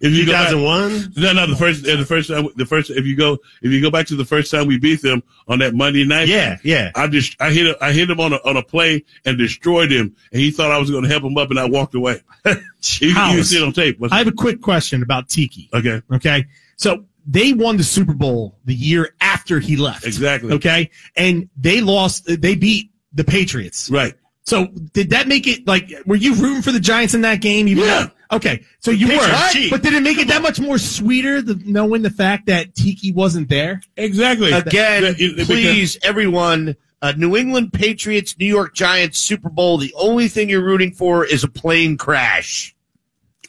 D: if you go back,
E: 2001.
D: no, no, the first uh, the first time the first if you go if you go back to the first time we beat them on that Monday night,
B: Yeah, yeah.
D: I just I hit a- I hit him on a on a play and destroyed him, and he thought I was going to help him up, and I walked away. you, you can see it on tape.
C: I have a quick question about Tiki.
D: okay,
C: Okay. So they won the Super Bowl the year after he left.
D: Exactly.
C: Okay. And they lost, they beat the Patriots.
D: right.
C: So did that make it like, were you rooting for the Giants in that game? Even
D: Yeah.
C: though- okay. So you
E: Patriots
C: were.
E: cheat.
C: But did it make it that much more sweeter the, knowing the fact that Tiki wasn't there? Uh,
D: Exactly.
B: Again,
D: That- it- because-
B: please, everyone. Uh, New England Patriots, New York Giants, Super Bowl. The only thing you're rooting for is a plane crash.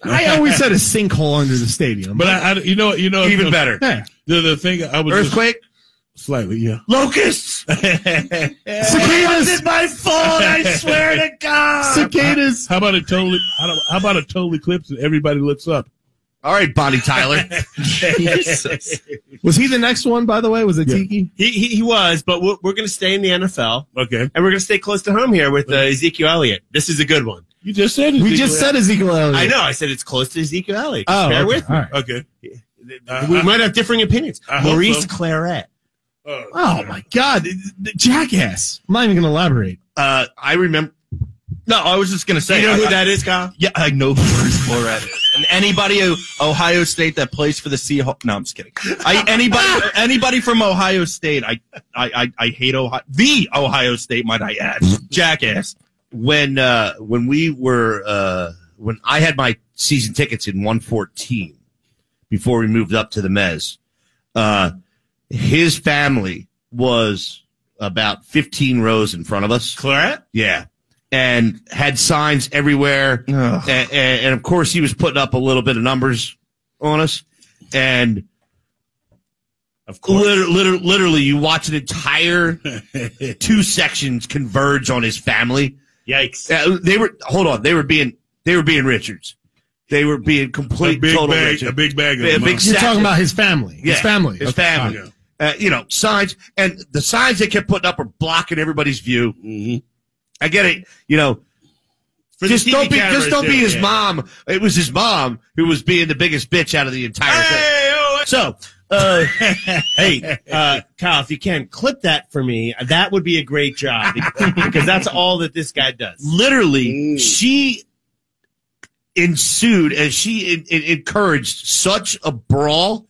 C: I always had a sinkhole under the stadium.
D: But I, I you know you know
B: Even better,
C: yeah.
D: The, the thing I was just-
B: earthquake,
D: slightly yeah.
B: locusts.
C: cicadas,
B: my fault. I swear to God.
C: cicadas.
D: How about a total? How about- how about a total eclipse and everybody looks up?
B: All right, Bonnie Tyler.
C: Was he the next one, by the way? Was it
D: Yeah.
C: Tiki?
E: He, he, he was, but we're, we're going to stay in the NFL.
D: Okay,
E: And we're going to stay close to home here with uh, Ezekiel Elliott. This is a good one.
D: you just said it.
C: We just said Ezekiel Elliott.
E: I know. I said it's close to Ezekiel Elliott.
C: Oh,
E: Bear
C: okay.
E: with me.
C: All right.
D: Okay. Uh,
E: we
D: I-
E: might have differing opinions.
D: I hope
E: Maurice
D: so.
E: Claret.
D: uh,
C: Oh my God, the- the jackass! I'm not even gonna elaborate.
B: Uh, I remember.
G: No, I was just gonna say.
E: You know
G: I-
E: who
G: I-
E: that is, Kyle?
G: Yeah, I know Boris Borat. And anybody who Ohio State that plays for the Seahawks. No, I'm just kidding. I, anybody anybody from Ohio State, I I, I, I hate Ohio the Ohio State, might I add. Jackass.
B: when uh, when we were uh, when I had my season tickets in 114 before we moved up to the Mez. Uh, his family was about 15 rows in front of us.
E: Claret?
B: Yeah. And had signs everywhere.
G: Ugh.
B: And, and, and of course, he was putting up a little bit of numbers on us. And
D: of course.
B: liter- liter- literally, you watch an entire two sections converge on his family.
E: Yikes.
B: Uh, they were hold on. They were being they were being Richards. They were being
D: a
B: complete
D: big
B: total
D: bag.
B: Richards.
D: A big bag. Of
B: A
D: them,
B: big
D: huh?
C: You're
B: Exactly.
C: talking about his family.
B: Yeah,
C: His family.
B: His
C: Okay,
B: family.
C: fine.
B: Uh, you know signs and the signs they kept putting up are blocking everybody's view.
D: Mhm.
B: I get it. You know.
E: Mm-hmm. For the
B: just
E: TV
B: don't be, just
E: cameras,
B: don't be
E: yeah,
B: his
E: yeah.
B: mom. It was his mom who was being the biggest bitch out of the entire thing. So,
E: Uh, oh, hey, uh, Kyle, if you can clip that for me, that would be a great job because that's all that this guy does.
B: Literally, she ensued and she en- en- encouraged such a brawl.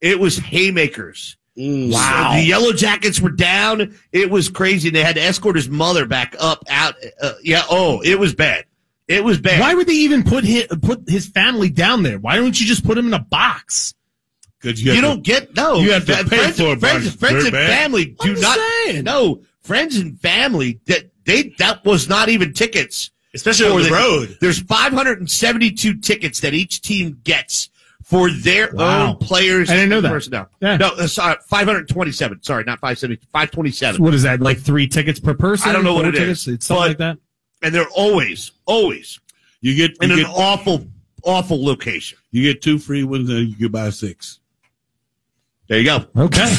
B: It was haymakers. Wow. the Yellow Jackets were down. It was crazy. They had to escort his mother back up out. Uh, yeah. Oh, it was bad. It was bad.
C: Why would they even put his, put his family down there? Why don't you just put him in a box?
D: Because
B: You, don't get no.
D: You have to pay
B: friends,
D: for
B: friends,
D: it, Barney.
B: friends
D: Very
B: and
D: bad.
B: family do
C: I'm
B: not.
C: saying.
B: No, friends and family that they that was not even tickets.
E: Especially
B: for
E: on the road.
B: There's 572 tickets that each team gets for their
C: Wow.
B: own players.
C: I didn't know
B: and
C: that.
B: Personnel.
C: Yeah.
B: No, uh, sorry, 527. Sorry, not 572. 527.
C: What is that? Like three tickets per person?
B: I don't know what
C: Four
B: it is,
C: tickets? It's something
B: but-
C: like that.
B: And they're always, always
D: You get
B: in
D: you
B: an
D: get,
B: awful, awful location.
D: you get two free ones and you can buy six.
B: There you go.
C: Okay.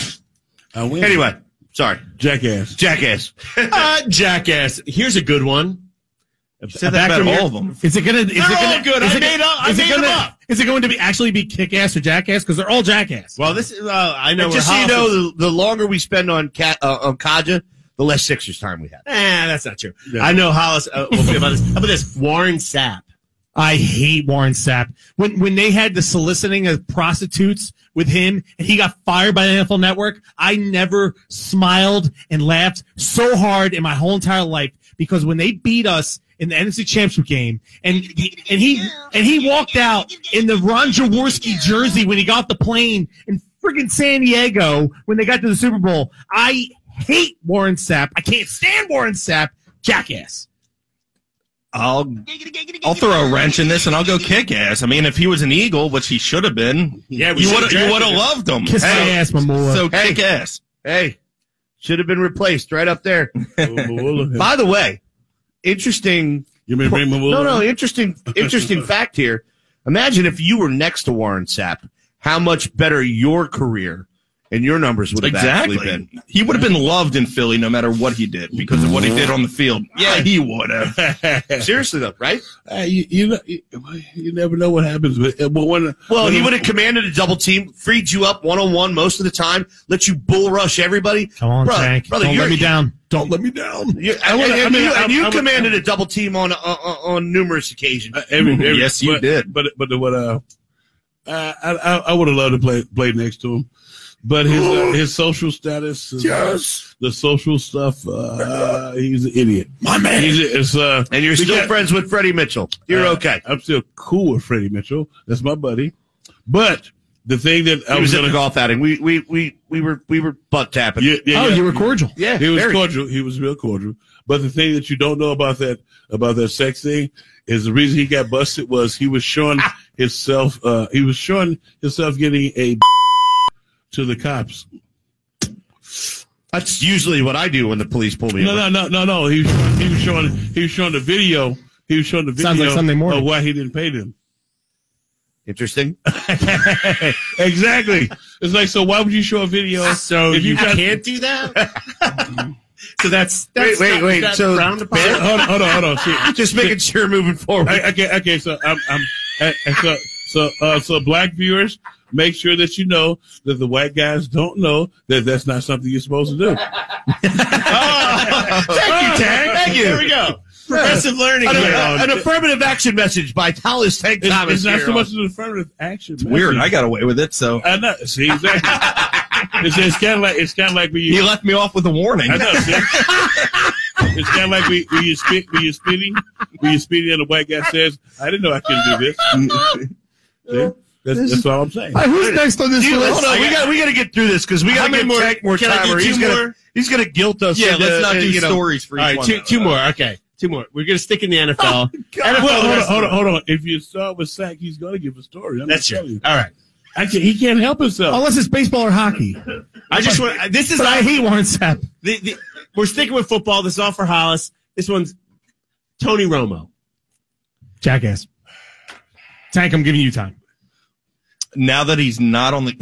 D: I win.
B: Anyway, sorry,
D: jackass.
B: jackass.
E: Uh, jackass. Here's a good one.
G: Said that about all of them.
C: Is it gonna? Is it
E: They're
C: gonna,
E: all good.
C: Is
E: I
C: it,
E: made up- I
C: is it
E: made
C: gonna,
E: them up.
C: Is it going to be actually be kick ass or jackass? Because they're all jackass.
E: Well, this is, uh, I know.
B: And
E: where
B: just so you
E: Hoff
B: know,
E: is-
B: the, the longer we spend on Ka- uh, on Kaja, the less Sixers time we have.
E: Eh, that's not true. I know Hollis. Uh, we'll see about this. How about this? Warren Sapp.
C: I hate Warren Sapp. When when they had the soliciting of prostitutes with him, and he got fired by the NFL Network, I never smiled and laughed so hard in my whole entire life because when they beat us in the NFC Championship game, and he, and he and he walked out in the Ron Jaworski jersey when he got off the plane in friggin' San Diego when they got to the Super Bowl. I hate Warren Sapp. I can't stand Warren Sapp. Jackass.
G: I'll I'll throw a wrench in this and I'll go kick ass. I mean, if he was an eagle, which he should have been,
B: Yeah,
G: you would you would have loved him.
C: Kiss my ass, Momoa.
G: So
B: Hey.
G: kick ass.
B: Hey, should have been replaced right up there.
D: you
B: By the way, interesting.
D: mean bring Mabula?
B: No, no, interesting, interesting fact here. Imagine if you were next to Warren Sapp, how much better your career and your numbers would have
G: Exactly.
B: actually been.
G: He would have been loved in Philly no matter what he did because of what he did on the field. Yeah, he would have.
B: Seriously though, right?
D: Uh, you, you, know- you, you never know what happens, but, uh, but when
B: Well,
D: when
B: he would have commanded a double team, freed you up one on one most of the time, let you bull rush everybody.
C: Come on,
B: Brother-
C: Tank.
B: brother,
C: Don't
B: you're-
C: let me down.
D: don't let me down.
B: You,
D: I
B: and,
D: would- I
B: and
D: mean,
B: you,
D: I-
B: and you
D: I would-
B: commanded a double team on uh, uh, on numerous occasions.
D: Uh, every- every-
G: Yes, you
D: but-
G: did.
D: But but what uh, I I, I would have loved to play play next to him, but his uh, his social status, his, yes, the social stuff. Uh, uh, he's an idiot. My man. He's, a- it's, uh,
B: And you're still
D: because-
B: friends with Freddie Mitchell. You're
D: uh,
B: okay.
D: I'm still cool with Freddie Mitchell. That's my buddy. But the thing that I
B: He
D: was,
B: was at
D: gonna
B: the golf outing. We we we we were we were butt tapping.
D: Yeah, yeah,
C: Oh,
D: yeah.
C: you were cordial.
B: yeah
D: He was
B: very-
D: cordial. He was real cordial. But the thing that you don't know about that about that sex thing is the reason he got busted was he was showing himself. Uh, he was showing himself getting a to the cops.
B: That's usually what I do when the police pull me.
D: No,
B: over.
D: no, no, no, no. He was showing, he was showing he was showing the video. He was showing the video
C: Sounds like Sunday morning.
D: of why he didn't pay them.
B: Interesting.
D: exactly. It's like so. Why would you show a video?
E: So
D: If you
E: you,
D: got-
E: can't do that. so that's, that's
B: wait,
E: not-
B: wait,
E: that's
B: so-
E: frowned upon?
D: Hold on, hold on, hold on. See,
B: Just making sure moving forward.
D: I, okay, okay. So um, I'm, I'm and- and so so uh, so black viewers, make sure that you know that the white guys don't know that that's not something you're supposed to do.
B: Thank you, Tank. Thank you.
E: There we go. Progressive learning.
B: An,
E: here.
B: an affirmative action message by Hollis Tank
D: It's,
B: Thomas.
D: it's not
B: here
D: so
B: on-
D: much an affirmative action. It's
G: Weird. I got away with it, so
D: I know. See, exactly. it's it's kind of like it's kind of like when
G: he
D: you.
G: left me off with a warning.
D: I know. See? it's kind of like when, when you speed when you speeding when you speeding and the white guy says, "I didn't know I couldn't do this."
G: Mm-hmm.
D: See? That's, that's all I'm saying.
C: who's next on this
B: You-
C: list?
B: hold on, we got we got to get through this because we got to
E: many
B: get
E: more-
B: Tank more
E: can I do
B: time. or
E: two
B: He's gonna
E: more?
B: he's gonna guilt us.
G: yeah,
B: into,
G: let's not
B: uh,
G: do
B: you know,
G: stories for each
E: All right,
G: one.
E: two, two more. Okay, two more. We're gonna stick in the NFL.
D: Well,
E: NFL the
D: hold on,
E: rest of
D: hold
E: the-
D: on, hold on. If you start with sack, he's going to give a story. I'm
E: That's
D: gonna tell
E: true.
D: you.
E: All right.
D: I can, he can't help
G: Oh.
D: himself.
C: Unless it's baseball or hockey. But
E: I just want. This is
C: I hate Warren Sapp.
E: the, the, we're sticking with football. This is all for Hollis. This one's Tony Romo.
C: Jackass. Tank, I'm giving you time.
G: Now that he's not on the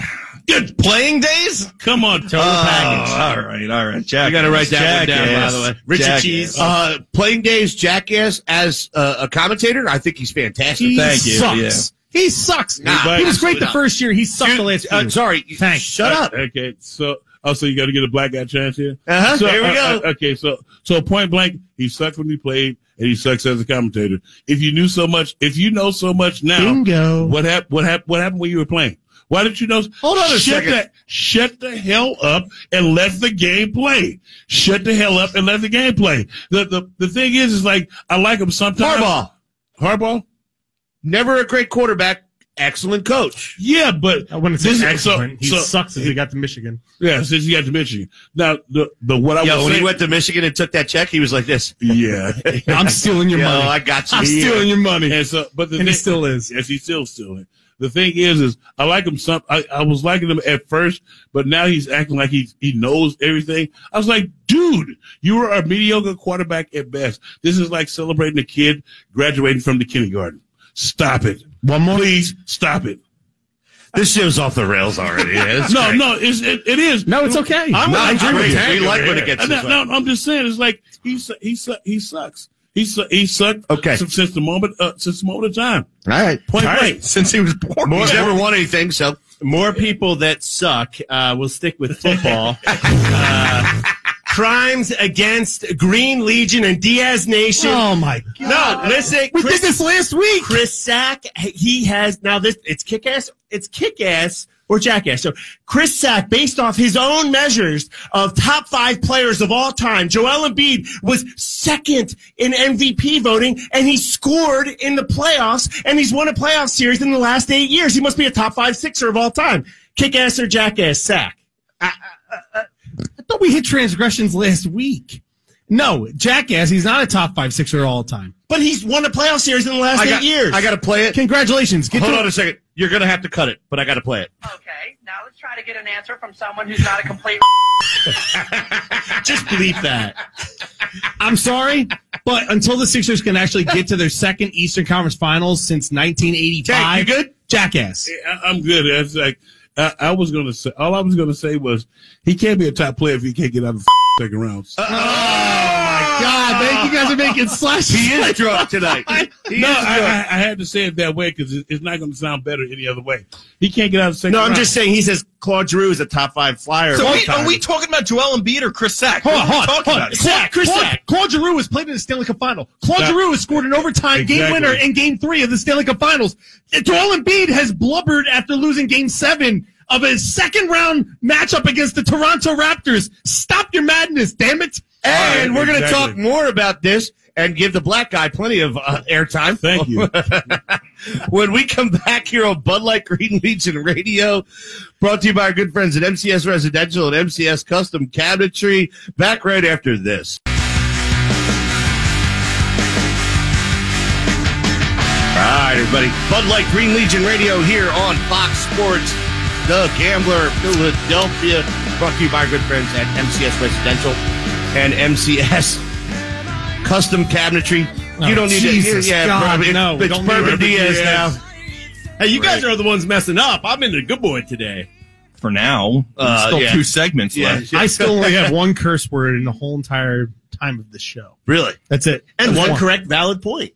G: good playing days,
D: Come on,
G: Oh,
D: Tony.
G: all right, all right. Jack,
B: You got to write that one down, by the way.
E: Richard Cheese.
B: Uh, playing days, Jackass as uh, a commentator. I think he's fantastic.
C: He
G: Thank you,
C: sucks.
G: yeah.
C: He sucks.
D: Nah.
C: he was great the
D: Nah.
C: first year. He sucked the last.
B: Uh,
C: few.
B: sorry,
C: Thanks.
B: shut up.
D: Okay, so oh, so you got to get a black guy chance here.
B: Uh-huh,
D: So,
B: here we
D: uh,
B: go.
D: uh, okay, so so point blank, he sucked when he played, and he sucks as a commentator. If you knew so much, if you know so much now,
C: Bingo.
D: What happened? What happened? What happened when you were playing? Why didn't you know?
B: Hold on a
D: shut
B: second.
D: The, shut the hell up and let the game play. Shut the hell up and let the game play. The the, the thing is, is like I like him sometimes.
B: Harbaugh,
D: Harbaugh.
B: never a great quarterback, excellent coach.
D: Yeah, but
C: I wouldn't
D: This is-
C: say excellent. he
D: so- so-
C: sucks as he got to Michigan.
D: yeah, since you got to Michigan. Now the the what I
B: Yeah,
D: was
B: when he
D: saying-
B: went to Michigan and took that check, he was like this.
D: Yeah.
C: I'm stealing your
B: Yo,
C: money.
B: I got you.
C: I'm
B: Yeah.
C: stealing your money.
D: and so, but the
C: and
D: thing,
C: he still is.
D: yes, he's still stealing. The thing is, is I like him some. I, I was liking him at first, but now he's acting like he he knows everything. I was like, dude, you were a mediocre quarterback at best. This is like celebrating a kid graduating from the kindergarten. Stop it.
C: One more.
D: Please stop it.
B: This show's off the rails already. Yeah, it's
D: No,
B: great.
D: no, it's, it, it is.
C: No, it's okay.
D: I'm
B: No,
D: I
B: it's
D: agree with
B: great.
D: you.
B: We like when it gets
D: no,
B: this way.
D: no, I'm just saying it's like he su- he su- he sucks. He su- he sucked. uh,
B: Okay.
D: Since, since the moment uh, since the moment of time.
B: All right.
D: Point blank.
G: Since he was born.
B: He's never won anything, so
E: More people that suck uh, will stick with football. uh, crimes against Green Legion and Diaz Nation.
C: oh my god.
E: No, listen,
C: We
E: Chris,
C: did this last week.
E: Chris Sack, he has now this. It's kick ass. It's kick ass or jackass. So Chris Sack, based off his own measures of top five players of all time, Joel Embiid was second in MVP voting, and he scored in the playoffs, and he's won a playoff series in the last eight years. He must be a top five sixer of all time. Kick ass or jackass, Sack.
C: I thought we hit transgressions last week. No, jackass. He's not a top five sixer all time.
E: But he's won a playoff series in the last
B: I
E: eight
B: got,
E: years.
B: I got to play it.
C: Congratulations. Get
B: Hold
C: to
B: on a second. You're gonna have to cut it, but I got to play it.
K: Okay, now let's try to get an answer from someone who's not a complete.
E: just believe that.
C: I'm sorry, but until the Sixers can actually get to their second Eastern Conference Finals since 1985,
B: Jake, you good?
C: Jackass.
D: I, I'm good. It's like I, I was gonna say. All I was gonna say was he can't be a top player if he can't get out of the second round.
C: God, man, you guys are making slashes.
B: He is drunk tonight. He
D: no,
B: is
D: I, I,
B: drunk.
D: I had to say it that way because it, it's not gonna sound better any other way. He can't get out of the second.
E: No, I'm
D: round.
E: just saying he says Claude Drew is a top five flyer.
G: So
E: of all
G: wait, are
E: time.
G: we talking about Joel Embiid or Chris Sack?
C: Hold on,
G: What are we
C: hold on,
G: talking
C: hold on.
G: about?
C: Claude, Chris
E: Claude-
C: Sack. Claude Giroux has played in the Stanley Cup Final. Claude
D: That-
C: Giroux has scored an overtime game
D: Exactly.
C: winner in Game Three of the Stanley Cup Finals. Joel Embiid has blubbered after losing Game Seven of his second round matchup against the Toronto Raptors. Stop your madness, damn it!
B: And
D: All right,
B: we're gonna
D: exactly.
B: talk more about this and give the black guy plenty of uh, airtime.
D: Thank you.
B: when we come back here on Bud Light Green Legion Radio, brought to you by our good friends at MCS Residential and MCS Custom Cabinetry. Back right after this. All right, everybody. Bud Light Green Legion Radio here on Fox Sports. The Gambler, Philadelphia. Brought to you by our good friends at MCS Residential and MCS Custom Cabinetry.
C: Oh,
B: you don't need
C: Jesus
B: to. Yeah,
C: God,
B: bourbon-
C: no, we
B: it's
C: don't need
B: Bourbon
C: bourbon
B: Diaz
C: Diaz.
B: now.
E: Hey, you guys are the ones messing up. I'm in the good boy today.
G: For now,
B: Uh,
G: still
B: yeah.
G: two segments
B: Yeah.
G: left.
C: I still only have one curse word in the whole entire time of the show.
B: Really?
C: That's it.
E: And
C: That's
E: one correct valid point.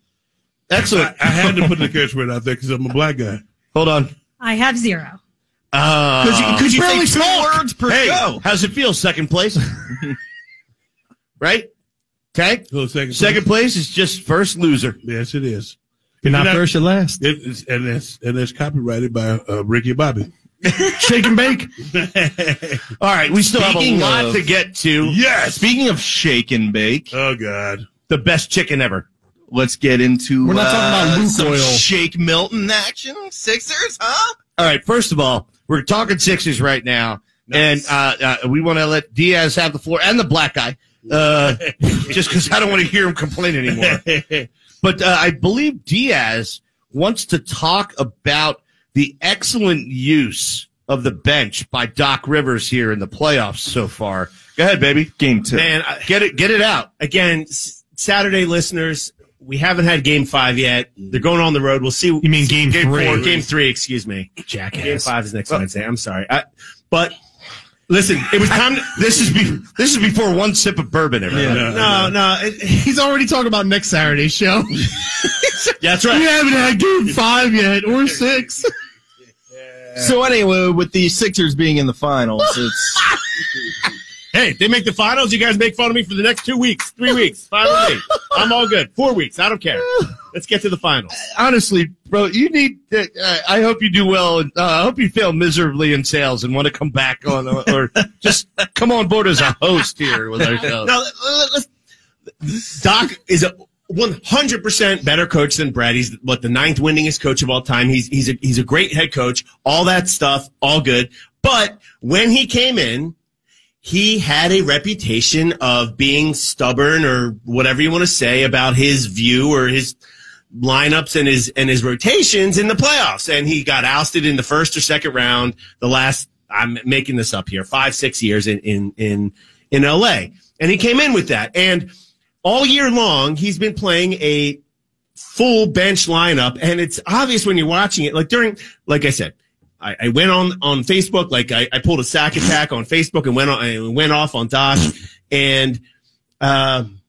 B: Excellent.
D: I had to put the curse word out there because I'm a black guy.
B: Hold on.
F: I have zero.
B: Uh,
G: Could you say two words per
B: hey,
G: show?
B: how's it feel? Second place, right? Okay.
D: So second,
B: Second place is just first loser.
D: Yes, it is.
C: You're not
D: You're not-
C: first, you're last.
D: It is, and it's and it's copyrighted by uh, Ricky Bobby.
C: Shake and bake.
B: All right, we still
G: Speaking
B: have a lot
G: of-
B: to get to.
D: Yes.
G: Speaking of shake and bake,
D: Oh God.
B: The best chicken ever.
G: let's get into
C: We're not talking about
G: uh,
C: Luke
G: some
C: Oil.
G: Shake Milton action. Sixers, huh?
B: All right, first of all, we're talking Sixers right now,
G: Nice.
B: and uh, uh, we want to let Diaz have the floor and the black guy, uh, just because I don't want to hear him complain anymore. But uh, I believe Diaz wants to talk about the excellent use of the bench by Doc Rivers here in the playoffs so far. Go ahead, baby.
G: Game two.
B: Man, I- get it, get it out.
E: Again, S- Saturday listeners, we haven't had game five yet. They're going on the road. We'll see. You
C: mean game
E: four,
C: three.
E: game three, excuse me. Game
C: Jackass.
E: five is next Wednesday. I'm sorry. I, but
B: Listen, it was time. To, this is be, this is before one sip of bourbon. Everybody.
C: No, no. it- He's already talking about next Saturday's show.
B: That's right.
C: We haven't had game five yet or six.
G: So anyway, with the Sixers being in the finals, it's
E: Hey, if they make the finals. You guys make fun of me for the next two weeks, three weeks, five weeks. I'm all good. Four weeks. I don't care. Let's get to the finals.
B: honestly, bro, you need. Uh, I hope you do well. and, Uh, I hope you fail miserably in sales and want to come back on, uh, or just come on board as a host here with our show.
E: Now, let- let's- Doc is a 100% better coach than Brad. He's what the ninth winningest coach of all time. He's he's a he's a great head coach. All that stuff, all good. But when he came in, he had a reputation of being stubborn or whatever you want to say about his view or his lineups and his and his rotations in the playoffs. And he got ousted in the first or second round. The last I'm making this up here, five six years in in in in LA, and he came in with that. And all year long, he's been playing a full bench lineup, and it's obvious when you're watching it. Like during, like I said. I, I went on, on Facebook, like I, I pulled a sack attack on Facebook and went on, and went off on Doc. And, um,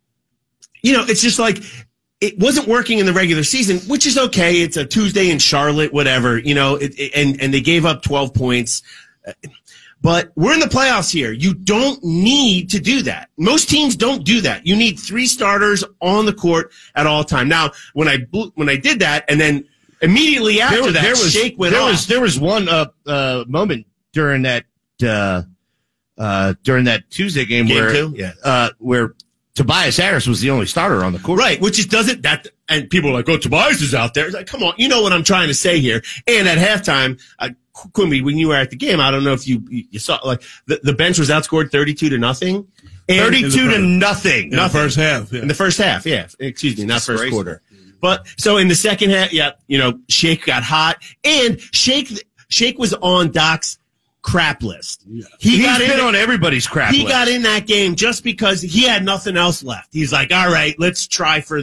E: you know, it's just like it wasn't working in the regular season, which is okay. It's a Tuesday in Charlotte, whatever, you know, it, it- and, and they gave up 12 points. But we're in the playoffs here. You don't need to do that. Most teams don't do that. You need three starters on the court at all time. Now, when I blew, when I did that, and then immediately after that, shake went
B: there
E: off.
B: was there was one uh, uh, moment during that uh, uh, during that Tuesday game,
E: Game
B: where
E: two?
B: yeah, uh, where Tobias Harris was the only starter on the court.
E: Right, which is doesn't that and people are like, oh, Tobias is out there. It's like, come on, you know what I'm trying to say here. And at halftime, uh, Qu- Quimby, when you were at the game, I don't know if you you you saw like the, the bench was outscored 32 to nothing. And-
B: 32 to nothing.
E: In the first
D: half.
E: In the first half, yeah. Excuse me, not first quarter. But so in the second half, yeah, you know, Shake got hot and Shake Shake was on Doc's crap list. He
B: He's
E: got in-
B: been on everybody's crap
E: he
B: list.
E: got in that game just because he had nothing else left. He's like, all right, let's try for.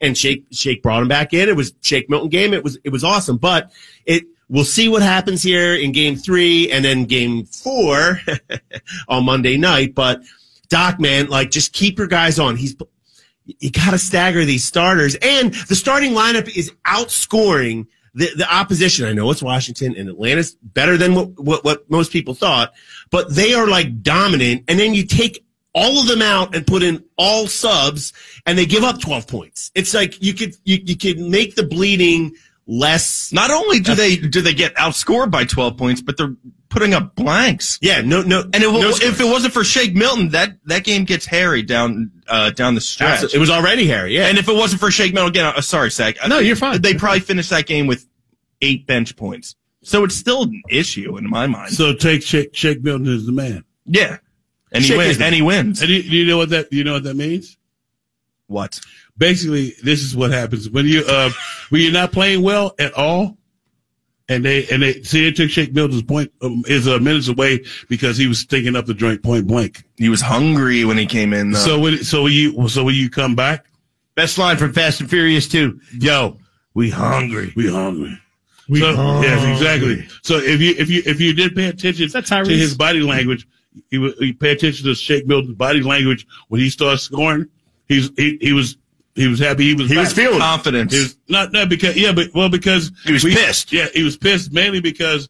E: And Shake Shake brought him back in. It was Shake Milton game. It was it was awesome. But it we'll see what happens here in game three and then game four on Monday night. But Doc, man, like just keep your guys on. He's you got to stagger these starters, and the starting lineup is outscoring. The, the opposition, I know it's Washington and Atlanta's better than what, what, what most people thought, but they are like dominant. And then you take all of them out and put in all subs and they give up 12 points. It's like you could, you, you could make the bleeding less.
G: not only do they do they get outscored by twelve points, but they're putting up blanks.
E: Yeah, no, no.
G: And it, wa-
E: no
G: if it wasn't for Shake Milton, that that game gets hairy down uh, down the stretch.
E: Absolutely. It was already hairy, yeah.
G: And if it wasn't for Shake Milton, again, uh, sorry, Sack. No, you're fine. They probably finished that game with eight bench points, so it's still an issue in my mind.
D: So take Shake, Shake Milton as the man.
G: Yeah, and he
D: Shake
G: wins.
D: is the-
G: And he wins.
D: And you, you know what that you know what that means?
G: What?
D: Basically, this is what happens when you uh, when you're not playing well at all, and they and they see it took Shake Milton's point um, is uh, minutes away because he was stinking up the joint point blank.
G: He was hungry when he came in. though.
D: So when so when you so when you come back,
B: Best line from Fast and Furious 2. Yo, we hungry.
D: We hungry. so, Yes, exactly. So if you if you if you did pay attention to
C: Tyrese?
D: his body language, you, would- you pay attention to Shake Milton's body language when he starts scoring. He's he, he was he was happy. He was
B: He was
D: back.
B: feeling it.
G: Confidence.
D: He was- not not because yeah, but well because
B: He was pissed.
D: Yeah, he was pissed mainly because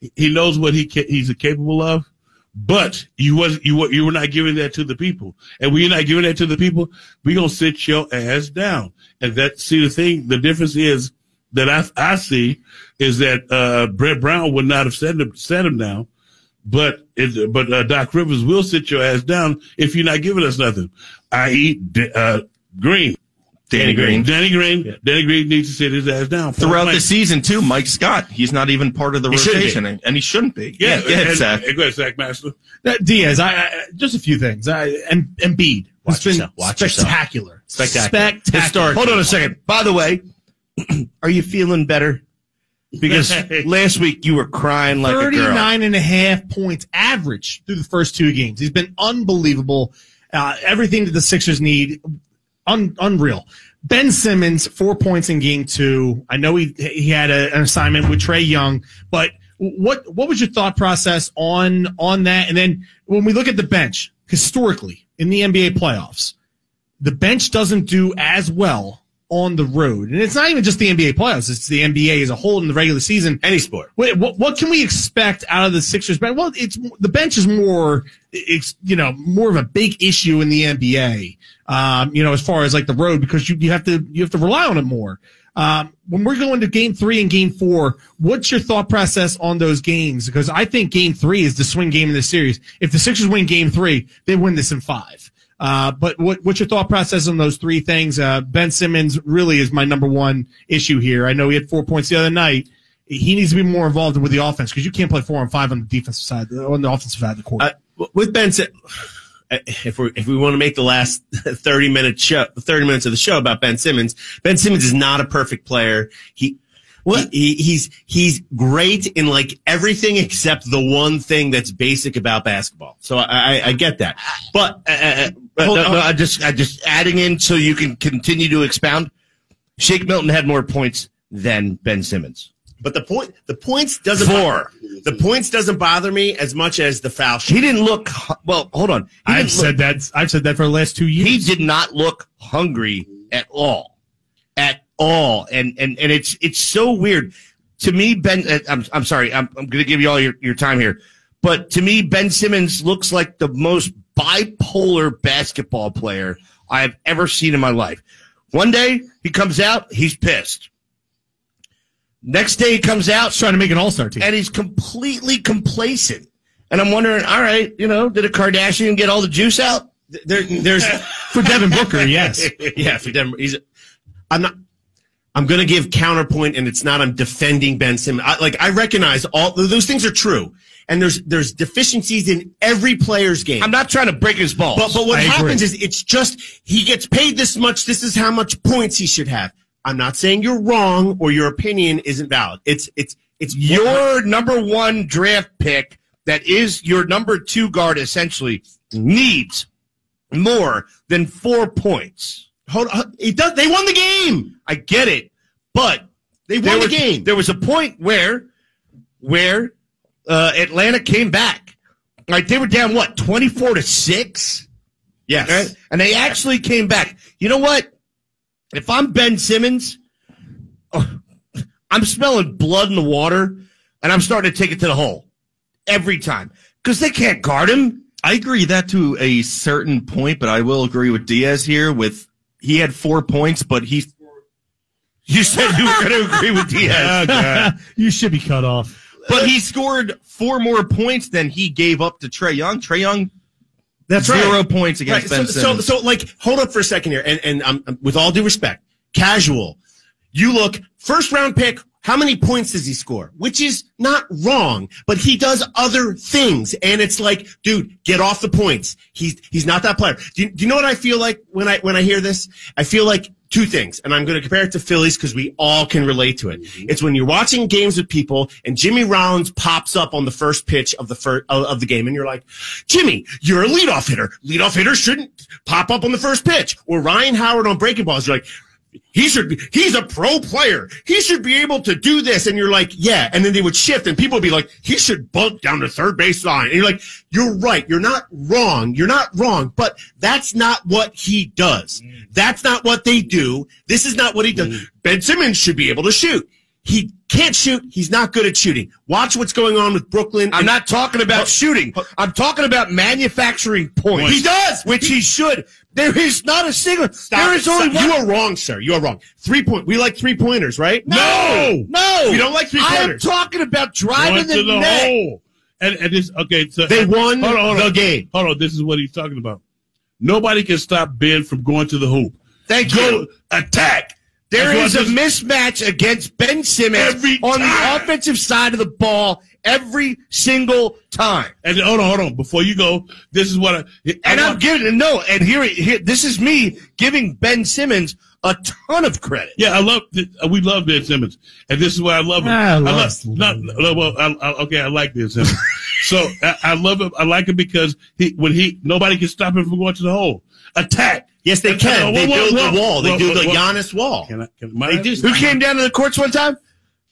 D: he- he knows what he ca- he's capable of. But you was you were you were not giving that to the people, and when you're not giving that to the people, we gonna sit your ass down. And that see the thing, the difference is that I I see is that uh, Brett Brown would not have set him set him down, but it, but uh, Doc Rivers will sit your ass down if you're not giving us nothing. I.e. D- uh, Green,
G: Danny Green.
D: Danny Green, Danny Green needs to sit his ass down
G: Throughout
D: Point
G: the
D: blank.
G: season too, Mike Scott, he's not even part of the
D: He should be.
G: rotation, and and he shouldn't be.
D: Yeah,
G: go ahead,
D: and-
G: Zach.
D: and Go ahead, Zach Master.
C: That Uh, Diaz, I, I just a few things. I and Embiid has
B: Watch
C: been
B: yourself, watch
C: spectacular.
B: Spectacular.
C: Spectacular.
B: Hold on a second. By the way, are you feeling better? Because last week you were crying like a girl.
C: 39 and a half points average through the first two games. He's been unbelievable. Uh, everything that the Sixers need, un- unreal. Ben Simmons, four points in game two. I know he he had a- an assignment with Trey Young, but What what was your thought process on on that? And then when we look at the bench historically in the NBA playoffs, the bench doesn't do as well on the road. And it's not even just the NBA playoffs, it's the NBA as a whole in the regular season.
B: Any sport.
C: Wait, what, what can we expect out of the Sixers bench? Well, it's the bench is more, it's, you know, more of a big issue in the NBA. Um, you know, as far as like the road, because you, you have to, you have to rely on it more. Um, when we're going to game three and game four, what's your thought process on those games? Because I think game three is the swing game in this series. If the Sixers win game three, they win this in five. Uh, but what, what's your thought process on those three things? Uh, ben Simmons really is my number one issue here. I know he had four points the other night. He needs to be more involved with the offense because you can't play four on five on the defensive side, on the offensive side of the court.
E: Uh, with Ben, Sim- if we if we want to make the last thirty minute show, thirty minutes of the show about Ben Simmons, Ben Simmons is not a perfect player. He. He, he- he's he's great in like everything except the one thing that's basic about basketball. So I, I, I get that, but uh, uh,
B: But no, no, I just I just adding in so you can continue to expound. Shake Milton had more points than Ben Simmons.
E: But the point the points doesn't
B: Four.
E: the points doesn't bother me as much as the foul shot.
B: He didn't look hu- well. Hold on. He
C: I've
B: didn't look-
C: said that. I've said that for the last two years.
B: He did not look hungry at all, at all. And and and it's it's so weird to me. Ben, uh, I'm I'm sorry. I'm I'm going to give you all your your time here, but to me, Ben Simmons looks like the most bipolar basketball player I have ever seen in my life. One day he comes out, he's pissed. Next day he comes out,
C: trying to make an all star team,
B: and he's completely complacent. And I'm wondering, all right, you know, did a Kardashian get all the juice out?
E: There, there's
C: for Devin Booker, yes.
E: yeah, for Denver. He's, I'm not. I'm going to give counterpoint, and it's not. I'm defending Ben Simmons. I, like I recognize all those things are true, and there's there's deficiencies in every player's game.
B: I'm not trying to break his balls.
E: But but what
B: I agree.
E: happens is it's just he gets paid this much. This is how much points he should have. I'm not saying you're wrong or your opinion isn't valid. It's it's it's
B: your number one draft pick that is your number two guard essentially needs more than four points.
E: Hold on. He does, they won the game.
B: I get it, but
E: They won
B: there
E: the
B: was-
E: game.
B: There was a point where where uh, Atlanta came back. Like they were down what twenty four to six,
E: Yes.
B: right? and they actually came back. You know what? If I'm Ben Simmons, oh, I'm smelling blood in the water, and I'm starting to take it to the hole every time because they can't guard him.
L: I agree that to a certain point, but I will agree with Diaz here. With he had four points, but he
B: You said you were going to agree with Diaz.
C: you should be cut off.
L: but he scored four more points than he gave up to Trey Young. Trey Young, that's zero points against
E: Right,
L: Ben
E: so,
L: Simmons.
E: So, so like, hold up for a second here, and and um, with all due respect, casual. You look first round pick. How many points does he score? Which is not wrong, but he does other things, and it's like, dude, get off the points. He's he's not that player. Do you, do you know what I feel like when I when I hear this? I feel like two things, and I'm going to compare it to Phillies because we all can relate to it. It's when you're watching games with people, and Jimmy Rollins pops up on the first pitch of the first of, of the game, and you're like, Jimmy, you're a leadoff hitter. Leadoff hitter shouldn't pop up on the first pitch. Or Ryan Howard on breaking balls. You're like, he should be, he's a pro player. He should be able to do this. And you're like, yeah. And then they would shift and people would be like, he should bump down to third base line. And you're like, you're right. You're not wrong. You're not wrong, but that's not what he does. That's not what they do. This is not what he does.
B: Mm.
E: Ben Simmons should be able to shoot. He can't shoot. He's not good at shooting. Watch what's going on with Brooklyn.
B: I'm not talking about
E: But-
B: shooting. I'm talking about manufacturing points.
E: He does!
B: which he should. There is not a single.
E: Stop
B: there
E: it.
B: is only
E: Stop.
B: one.
E: You are wrong, sir. You are wrong. Three point. We like three pointers, right?
D: No!
B: No,
E: We don't like three
B: I'm
E: pointers.
B: talking about driving
D: Went to
B: the,
D: the
B: net.
D: hole. And, and this, okay, so
E: They won
D: hold on, hold on.
E: the game.
D: Hold on, this is what he's talking about. Nobody can stop Ben from going to the hoop.
B: Thank
D: Go
B: you.
D: attack.
B: There is
D: That's
B: a
D: what this-
B: mismatch against Ben Simmons
D: Every
B: on
D: time.
B: the offensive side of the ball every single time.
D: And hold on, hold on. Before you go, this is what I. I
B: And I'm
D: want-
B: giving no. And here, here, this is me giving Ben Simmons a ton of credit.
D: Yeah, I love. th- uh, We love Ben Simmons, and this is why I love him.
C: I love
D: love.
C: Simmons.
D: No, no, well, I, I, okay, I like Ben Simmons. so I, I love him. I like him because he when he nobody can stop him from going to the hole. Attack.
E: Yes, they can.
D: Uh,
E: they
D: whoa, whoa,
E: build
D: whoa,
E: the wall. They
D: whoa,
E: do
D: whoa,
E: the
D: whoa.
E: Giannis wall.
D: Can I, can, my,
E: They do.
B: Who came down to the courts one time?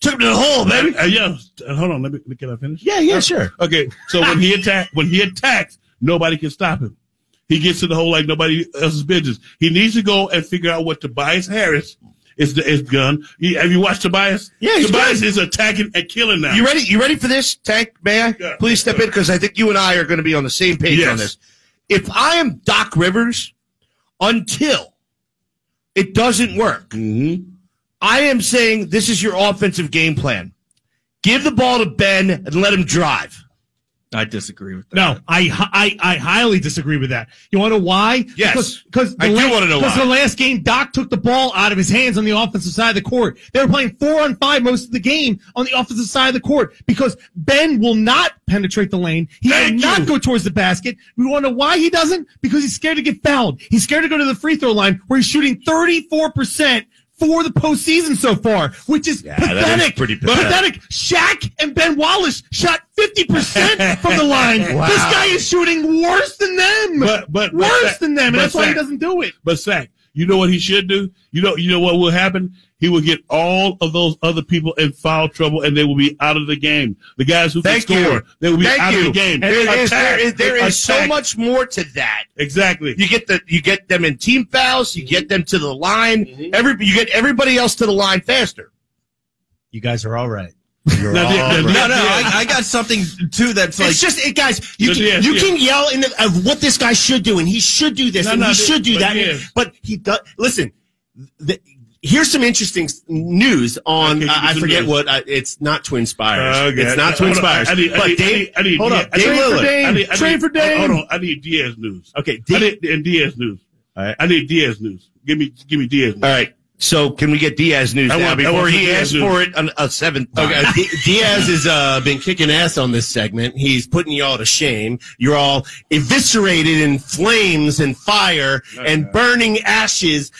B: Took him to the hole, baby.
D: Uh, yeah. uh, hold on. Let me. Can I finish?
E: Yeah.
B: Uh,
E: Yeah. Sure.
D: Okay. So when he attack, when he attacks, nobody can stop him. He gets to the hole like nobody else's business. He needs to go and figure out what Tobias Harris is the is gun. He, have you watched Tobias?
B: Yeah, he's
D: Tobias is attacking and killing now.
B: You ready? You ready for this, Tank? May I please step in because I think you and I are going to be on the same page
D: Yes.
B: on this. If I am Doc Rivers, until it doesn't work, I am saying this is your offensive game plan. Give the ball to Ben and let him drive.
A: I disagree with that.
C: No, I, hi- I I highly disagree with that. You want to know why?
A: Yes.
C: because
A: I do wanna know
C: Because
A: why.
C: the last game, Doc took the ball out of his hands on the offensive side of the court. They were playing four on five most of the game on the offensive side of the court because Ben will not penetrate the lane. He will not go towards the basket. We want to know why he doesn't because he's scared to get fouled. He's scared to go to the free throw line where he's shooting thirty four percent. For the postseason so far, which is
B: that is
C: pathetic.
B: pretty pathetic.
C: Shaq and Ben Wallace shot 50% from the line.
D: Wow.
C: This guy is shooting worse than them.
D: But but but
C: worse
D: Sack-
C: than them. And
D: but
C: that's why he
D: Sack-
C: doesn't do it.
D: But Sack, you know what he should do? You know you know what will happen? He will get all of those other people in foul trouble, and they will be out of the game. The guys who
B: Thank
D: can
B: you.
D: score, they will be
B: Thank
D: out
B: you.
D: of the game.
B: There is, there is, there is so
D: Attack.
B: much more to that.
D: Exactly.
B: You get the you get them in team fouls. You get them to the line. Every you get everybody else to the line faster.
E: You guys are all right.
D: Now, the- the-
A: No, no,
D: yeah.
A: I, I got something too. That's like
E: it's just it, guys. You
D: Yes,
E: can,
D: yes,
E: you
D: yes.
E: can yell in the, of what this guy should do, and he should do this,
D: No,
E: and
D: no,
E: he
D: but-
E: should do
D: but
E: that.
D: yes.
E: But he does. Listen, the, here's some interesting s- news on.
D: Okay, give
E: uh,
D: me
E: I
D: some
E: forget
D: news.
E: what. Uh, it's not Twin Spires.
D: Okay.
E: It's not Twin
D: Hold on, I-
E: Spires.
D: I need- I
E: but
D: need- I
E: Dave,
D: need- I need
E: hold
D: Diaz-
E: on.
D: I need-
E: Dave
D: I
E: Lillard.
D: need- I need-
E: Trade for Dave.
D: Hold on, I need Diaz news.
E: Okay,
D: I
E: Dave-
D: need and Diaz news.
E: All right.
D: I need Diaz news. Give me, give me Diaz news.
B: All right. So can we get Diaz news
D: I
B: now
D: want- I
B: before
D: want
B: he
D: Diaz
B: asks
D: news.
B: for it on a seventh time?
E: Okay, D- Diaz has uh, been kicking ass on this segment. He's putting y'all to shame. You're all eviscerated in flames and fire and burning ashes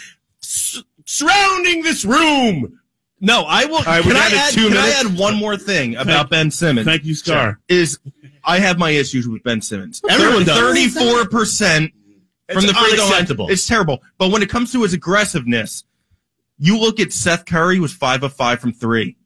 E: s- surrounding this room.
A: no. I will.
B: right, we
A: can I
B: got it,
A: add?
B: two
A: Can I
B: minutes.
A: add one more thing about Ben Simmons?
D: Thank you, Star.
A: Is I have my issues with Ben Simmons.
E: Everyone does.
A: Thirty-four percent from
E: It's
A: the free throw
E: unacceptable.
A: line. It's terrible. But when it comes to his aggressiveness, you look at Seth Curry who was five of five from three.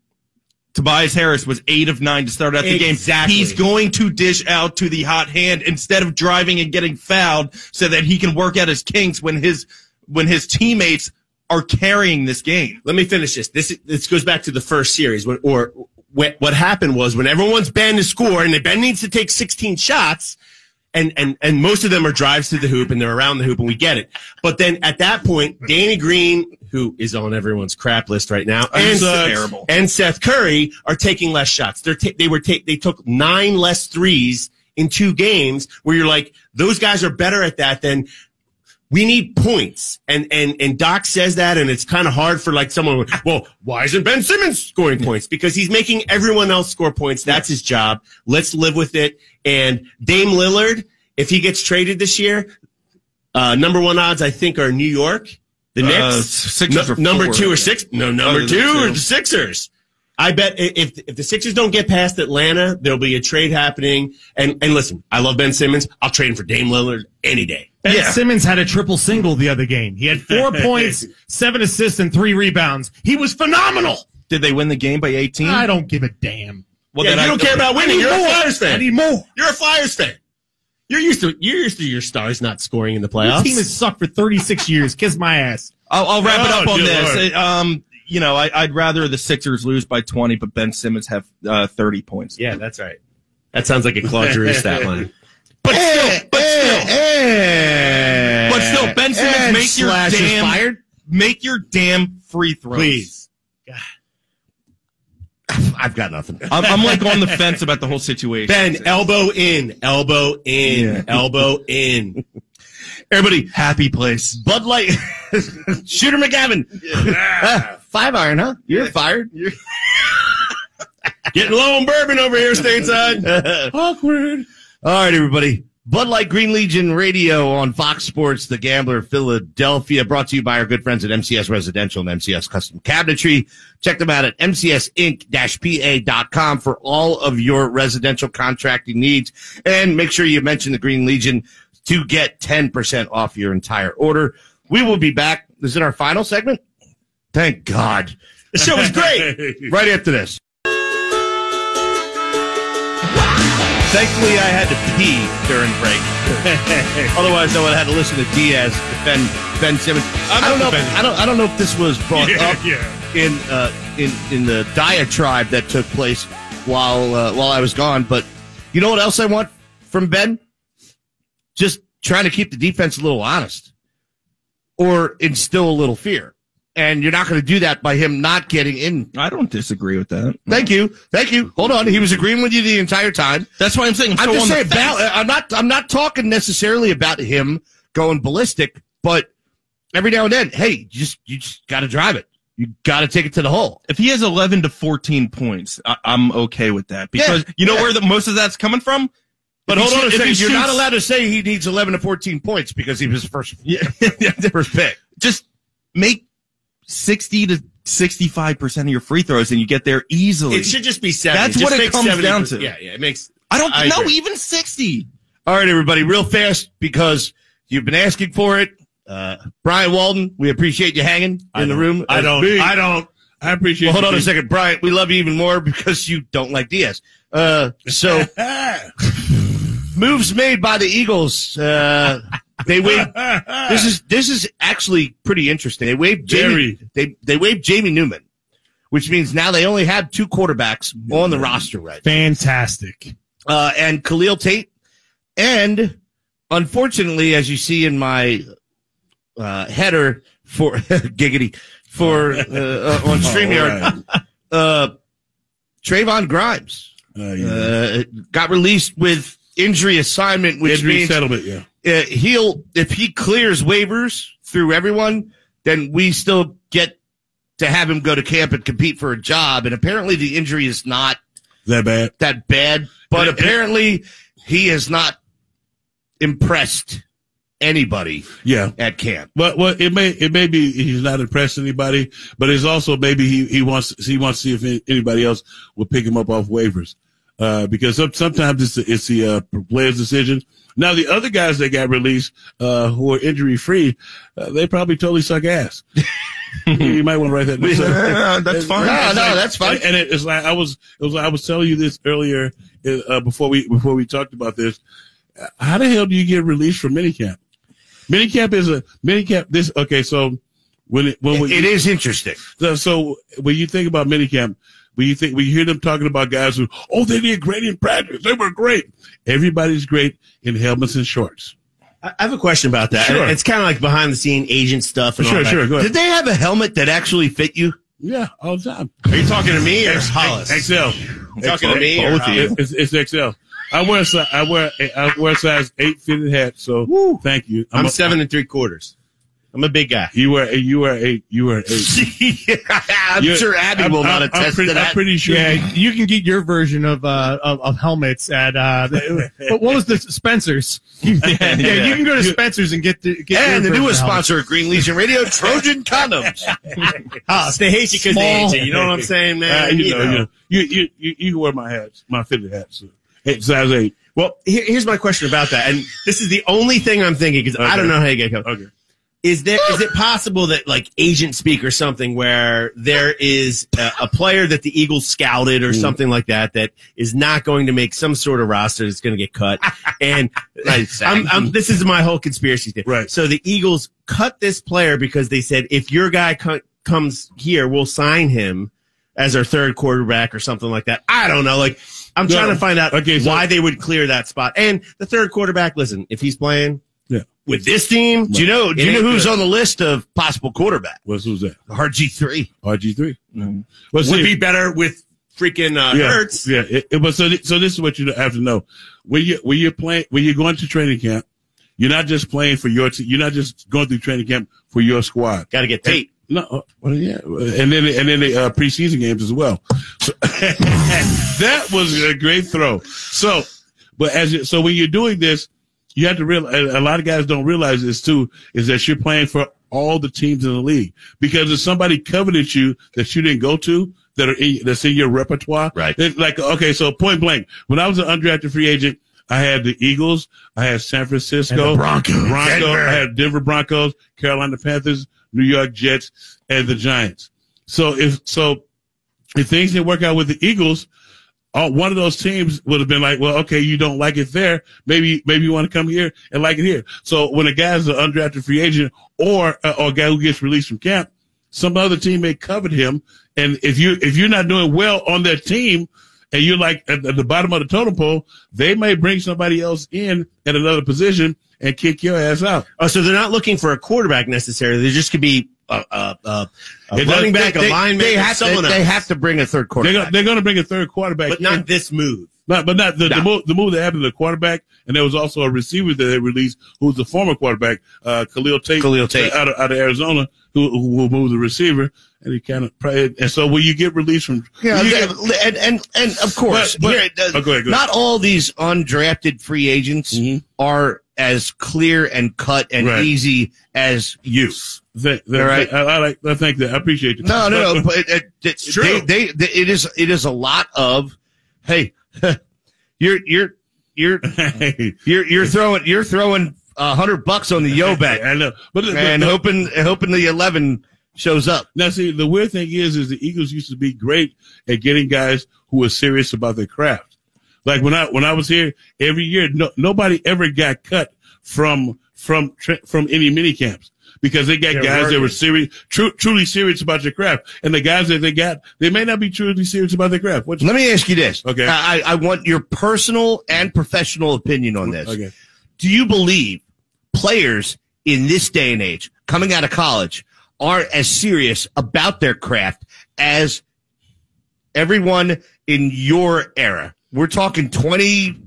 A: Tobias Harris was eight of nine to start out the
E: Exactly.
A: game. He's going to dish out to the hot hand instead of driving and getting fouled, so that he can work out his kinks when his when his teammates are carrying this game.
E: Let me finish this. This this goes back to the first series. When, or when, what happened was when everyone's Ben to score and Ben needs to take 16 shots, and and and most of them are drives to the hoop and they're around the hoop and we get it. But then at that point, Danny Green, who is on everyone's crap list right now, and,
A: so
E: Seth-
A: terrible.
E: and Seth Curry are taking less shots. They're ta- they were ta- they took nine less threes in two games where you're like those guys are better at that than we need points. And and and Doc says that and it's kind of hard for like someone well, why isn't Ben Simmons scoring points? Because he's making everyone else score points. That's his job. Let's live with it. And Dame Lillard, if he gets traded this year, uh, number one odds I think are New York, the Knicks,
A: Uh, Sixers
E: Nu-
A: are
E: number
A: four,
E: two
A: I
E: or
A: think.
E: six. No, number
A: they're
E: two
A: the
E: or
A: two.
E: the Sixers. I bet i- if if the Sixers don't get past Atlanta, there'll be a trade happening. And and listen, I love Ben Simmons. I'll trade him for Dame Lillard any day.
C: Ben Simmons had a triple single the other game. He had four points, seven assists, and three rebounds. He was phenomenal.
A: Did they win the game by eighteen?
C: I don't give a damn.
A: Well,
E: yeah,
A: then
E: you
A: I-
E: don't care about winning. You're a Flyers
C: I
E: fan.
C: need more.
E: You're a Flyers fan. You're used to you're used to your stars not scoring in the
C: Your
E: playoffs.
C: team has sucked for 36 years. Kiss my ass.
A: I'll, I'll wrap it up
D: Oh,
A: on
D: dear
A: this.
D: Lord.
A: Uh, um, you know, I, I'd rather the Sixers lose by 20, but Ben Simmons have uh, 30 points.
E: yeah, that's right. That sounds like a Claude Giroux stat line.
A: But still, but still, but
B: But
A: still, Ben Simmons make your
B: Slash is
A: damn
B: fired.
A: make your damn free throws.
B: Please. I've got nothing.
A: I'm, I'm like on the fence about the whole situation.
E: Ben, elbow in, elbow in,
A: Yeah.
E: elbow in.
B: Everybody,
A: happy place.
B: Bud Light, Shooter McGavin, Ah, five iron, huh? You're fired.
E: Getting low on bourbon over here, stateside.
B: Awkward. All right, everybody. Bud Light Green Legion Radio on Fox Sports, The Gambler, Philadelphia, brought to you by our good friends at MCS Residential and MCS Custom Cabinetry. Check them out at mcsinc-pa.com for all of your residential contracting needs. And make sure you mention the Green Legion to get 10% off your entire order. We will be back. This is our final segment. Thank God.
M: The show was great.
B: right after this. Thankfully, I had to pee during break. Otherwise, I would have had to listen to Diaz defend Ben Simmons. I don't know. If, I don't. I don't know if this was brought
D: Yeah,
B: up in uh, in in the diatribe that took place while uh, while I was gone. But you know what else I want from Ben? Just trying to keep the defense a little honest, or instill a little fear. And you're not going to do that by him not getting in.
N: I don't disagree with that.
B: Thank you, thank you. Hold on, he was agreeing with you the entire time.
N: That's why I'm saying.
B: I'm
N: so
B: just
N: on the
B: saying.
N: fence.
B: Bal- I'm not. I'm not talking necessarily about him going ballistic, but every now and then, hey, you just you just got to drive it. You got to take it to the hole.
N: If he has 11 to 14 points, I- I'm okay with that because
B: Yeah,
N: you know
B: yeah.
N: where the, most of that's coming from.
B: But
N: If
B: hold
N: he
B: on a
N: shoot- if
B: second.
N: he
B: You're not
N: shoots-
B: allowed to say he needs 11 to 14 points because he was first first pick.
N: Just make 60 to 65 percent of your free throws, and you get there easily.
M: It should just be seven.
N: That's what it comes down to.
M: Yeah, yeah. It makes.
N: I don't
M: I
N: know
M: agree.
N: even 60.
B: All right, everybody, real fast because you've been asking for it. Uh, Brian Walden, we appreciate you hanging in the room.
D: I
B: Uh,
D: don't.
B: me.
D: I don't. I appreciate.
B: Well, hold
D: you
B: on a
D: being-
B: second, Brian. We love you even more because you don't like Diaz. Uh, so moves made by the Eagles. Uh, they waive. this is this is actually pretty interesting. They waived Jamie. They they waived Jamie Newman, which means now they only have two quarterbacks on the roster right
C: Fantastic.
B: uh, and Khalil Tate. And unfortunately, as you see in my uh, header for giggity for uh, uh, on Streamyard, uh, Trayvon Grimes uh, got released with injury assignment, which
D: Injury
B: means
D: settlement, yeah.
B: uh, he'll if he clears waivers through everyone, then we still get to have him go to camp and compete for a job. And apparently, the injury is not
D: that bad.
B: that bad, but
D: And-
B: apparently, he has not impressed anybody.
D: Yeah.
B: at camp.
D: Well, well, it may it may be he's not impressed anybody, but it's also maybe he, he wants he wants to see if any- anybody else will pick him up off waivers, uh, because some, sometimes it's the, it's the uh, player's decision. Now the other guys that got released uh, who are injury free, uh, they probably totally suck ass. you might want to write that. down.
N: That's fine.
D: It's
N: No,
D: like-
N: no, that's fine.
D: And, and it, it's like I was it was I was telling you this earlier uh, before we before we talked about this. How the hell do you get released from minicamp? Minicamp is a minicamp. This okay. So when it when
B: It is interesting.
D: So, so when you think about minicamp, when you think when you hear them talking about guys who oh they did great in practice, they were great. Everybody's great in helmets and shorts.
E: I I have a question about that.
D: Sure.
E: It's kind of like behind the scene agent stuff and
D: Sure,
E: all that.
D: sure, go ahead.
E: Did
B: they have a helmet that actually fit you?
D: Yeah, all the time.
E: Are you talking to me or Hollis?
D: XL.
E: Talking to me or
D: Both of you.
E: Hollis?
D: It's, it's XL. I wear a si- I wear a, I wear a size eight fitted hat. So thank you.
E: I'm
D: a-
E: seven and three quarters. I'm a big guy.
D: You were a, you were eight. You were eight.
B: I'm
D: You're-
B: sure Abby will not
D: I'm- I'm
B: attest
D: pretty-
B: to that.
D: I'm pretty sure.
C: Yeah, you can get your version of uh, of, of helmets at uh, the, what was the Spencer's? yeah, you can go to Spencer's and get the get your
B: and the
C: version
B: newest
C: of helmets.
B: sponsor of Green Legion Radio, Trojan Condoms.
E: Hollis, they hate you because they hate you. You know what I'm saying, man?
D: Uh, you, know, you know, you you you you can wear my hats, my fitted hats. Eight, size eight.
E: Well, here, here's my question about that, and this is the only thing I'm thinking because I don't know how you get covered.
D: Okay.
E: Is there is it possible that like agent speak or something where there is a, a player that the Eagles scouted or something like that that is not going to make some sort of roster that's going to get cut? And I'm, I'm, this is my whole conspiracy thing. Right. So the Eagles cut this player because they said if your guy co- comes here, we'll sign him as our third quarterback or something like that. I don't know. Like I'm
D: No.
E: trying to find out
D: Okay, so-
E: why they would clear that spot. And the third quarterback, listen, if he's playing
D: Yeah.
E: with this team,
B: do you know? Do
E: It
B: you know
E: ain't
B: who's
E: good.
B: on the list of possible quarterback?
D: What's who's that?
B: RG three.
D: RG three. Well,
E: would
D: see-
E: be better with freaking uh,
D: yeah,
E: Hurts.
D: Yeah, it, it- but so thi- so this is what you have to know when you when you're playing when you're going to training camp, you're not just playing for your team. You're not just going through training camp for your squad.
E: Got to get Tate.
D: No, uh, well, yeah, and then and then the uh, preseason games as well. So, that was a great throw. So, but as you, so when you're doing this, you have to realize a lot of guys don't realize this too is that you're playing for all the teams in the league because if somebody coveted you that you didn't go to that are in, that's in your repertoire,
B: Right.
D: it's like okay, so point blank, when I was an undrafted free agent. I had the Eagles. I had San Francisco.
B: And the Broncos.
D: Bronco,
B: Denver.
D: I had Denver Broncos, Carolina Panthers, New York Jets, and the Giants. So if so, if things didn't work out with the Eagles, uh, one of those teams would have been like, well, okay, you don't like it there. Maybe, maybe you want to come here and like it here. So when a guy's an undrafted free agent or, uh, or a guy who gets released from camp, some other teammate covered him. And if you, if you're not doing well on that team and you're like at, at the bottom of the totem pole, they may bring somebody else in at another position and kick your ass out.
E: Oh, so they're not looking for a quarterback necessarily. They just could be a, a, a, a
B: It does-
E: running back,
B: they- they-
E: a lineman,
B: They have,
E: someone
B: to,
E: else.
B: they have to bring a third quarterback.
D: They're, gonna- they're going to bring a third quarterback,
E: But not
D: in.
E: this move.
D: Not, but not the, the move. The move that happened to the quarterback, and there was also a receiver that they released, who's the former quarterback, uh, Khalil Tate,
B: Khalil Tate.
D: uh, out of, out of Arizona, who, who will move the receiver, and he kind of. And so, when you get released from,
B: Yeah,
D: you
B: they-
D: get-
B: and, and and of course,
D: But- but-
B: here it does-
D: Oh, go ahead, go ahead.
B: not all these undrafted free agents are as clear and cut and
D: Right.
B: easy as you.
D: Th- th-
B: All right.
D: I, I like. I thank that. I appreciate it.
B: No, no, no. But it, it, it's
D: true.
B: They, they, they, it is. It is a lot of, hey, you're you're you're you're you're throwing you're throwing a hundred bucks on the yo bet.
D: I know, but
B: and hoping hoping the eleven shows up.
D: Now, see, the weird thing is, is the Eagles used to be great at getting guys who were serious about their craft. Like when I when I was here every year, no, nobody ever got cut from from tra- from any mini camps because they got
B: They're
D: guys that
B: working.
D: were serious, tru- truly serious about your craft, and the guys that they got, they may not be truly serious about their craft. What
B: Let me ask you this.
D: Okay.
B: I, I- I want your personal and professional opinion on this.
D: Okay.
B: Do you believe players in this day and age coming out of college are as serious about their craft as everyone in your era? We're talking 20,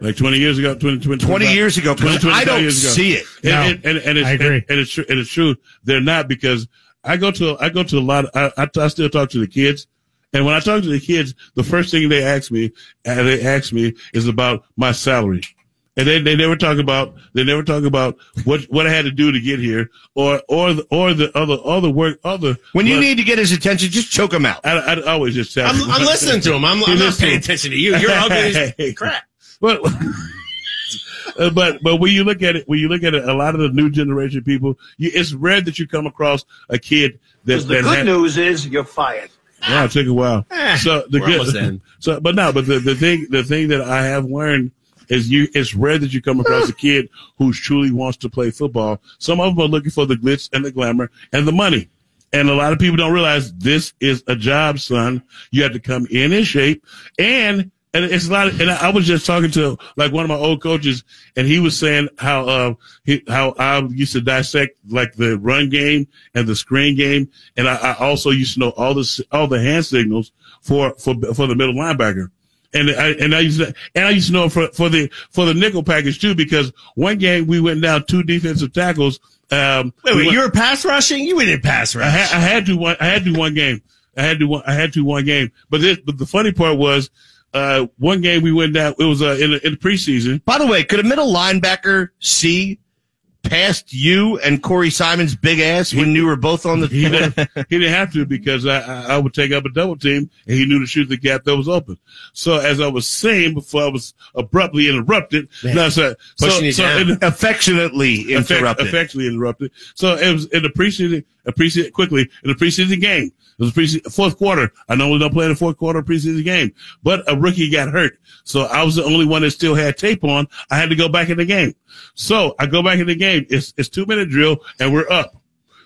D: like twenty years ago, 20, 20,
B: 20 years ago, 'cause
D: 20, 25
B: I don't
D: years ago.
B: see it.
D: And,
C: No,
D: and, and, and it's,
C: I agree.
D: And, and it's true. And it's true. They're not because I go to I go to a lot. I, I, I still talk to the kids, and when I talk to the kids, the first thing they ask me, uh, they ask me is about my salary. And they, they never talk about they never talk about what what I had to do to get here or or the, or the other other work other
B: When you need to get his attention, just choke him out.
D: I, I always just tell
O: I'm,
D: them.
O: I'm listening to him. I'm,
D: He
O: I'm not
D: listens to
O: paying
D: him.
O: attention to you. You're ugly as crap.
D: But uh, but but when you look at it, when you look at it, a lot of the new generation people, you, it's rare that you come across a kid that
J: Because the
D: that
J: good
D: had,
J: news is you're fired.
D: yeah, it took a while.
J: Eh,
D: so the
J: we're almost
D: good,
J: in.
D: so but no, but the, the thing the thing that I have learned is you. It's rare that you come across a kid who truly wants to play football. Some of them are looking for the glitz and the glamour and the money. And a lot of people don't realize this is a job, son. You have to come in in shape, and and it's a lot. Of, and I I was just talking to like one of my old coaches, and he was saying how uh he, how I used to dissect like the run game and the screen game, and I, I also used to know all the s- all the hand signals for for for the middle linebacker. And I and I used to and I used to know for for the for the nickel package too because one game we went down two defensive tackles. Um,
O: Wait,
D: we
O: wait,
D: went-
O: you were pass rushing? You didn't
B: Uh,
O: pass rush.
D: I had, I had to one. I had to one game. I had to one. I had to one game. But this, but the funny part was, uh, one game we went down. It was uh, in the, in the preseason.
B: By the way, could a middle linebacker see past you and Corey Simon's big ass when you were both on the
D: He didn't, he didn't have to because I, I I would take up a double team and he knew to shoot the gap that was open. So as I was saying before, I was abruptly interrupted.
O: Man,
D: No, so, so,
O: pushing you
D: so
O: down.
D: in-
B: affectionately
D: Affect-
B: interrupted?
D: Affectionately interrupted. So it was in the preseason, a preseason quickly in the preseason game. It was preseason, fourth quarter. I normally don't play in the fourth quarter of preseason game, but a rookie got hurt, so I was the only one that still had tape on. I had to go back in the game. So I go back in the game. It's it's two minute drill, and we're up.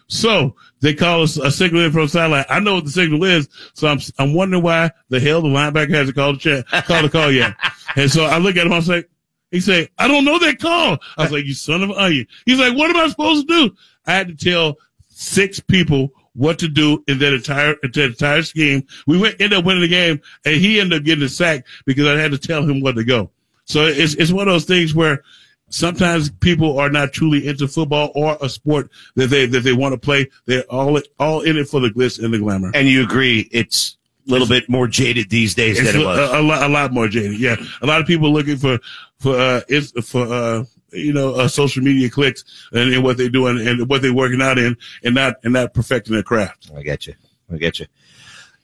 D: So they call us a signal in from the sideline. I know what the signal is, so I'm I'm wondering why the hell the linebacker hasn't called the chat, called the call yet. And so I look at him. I was like, he said, I don't know that call. I was like, you son of an onion. He's like, what am I supposed to do? I had to tell six people what to do in that entire in that entire scheme. We went end up winning the game, and he ended up getting a sack because I had to tell him where to go. So it's it's one of those things where sometimes people are not truly into football or a sport that they that they want to play. They're all all in it for the glitz and the glamour.
B: And you agree it's a little bit more jaded these days
D: It's
B: than it
D: a,
B: was.
D: a, lot, a lot more jaded. Yeah, a lot of people looking for for uh, it's for uh, you know uh, social media clicks and, and what they're doing and what they're working out in, and not and not perfecting their craft.
B: I get you. I get you.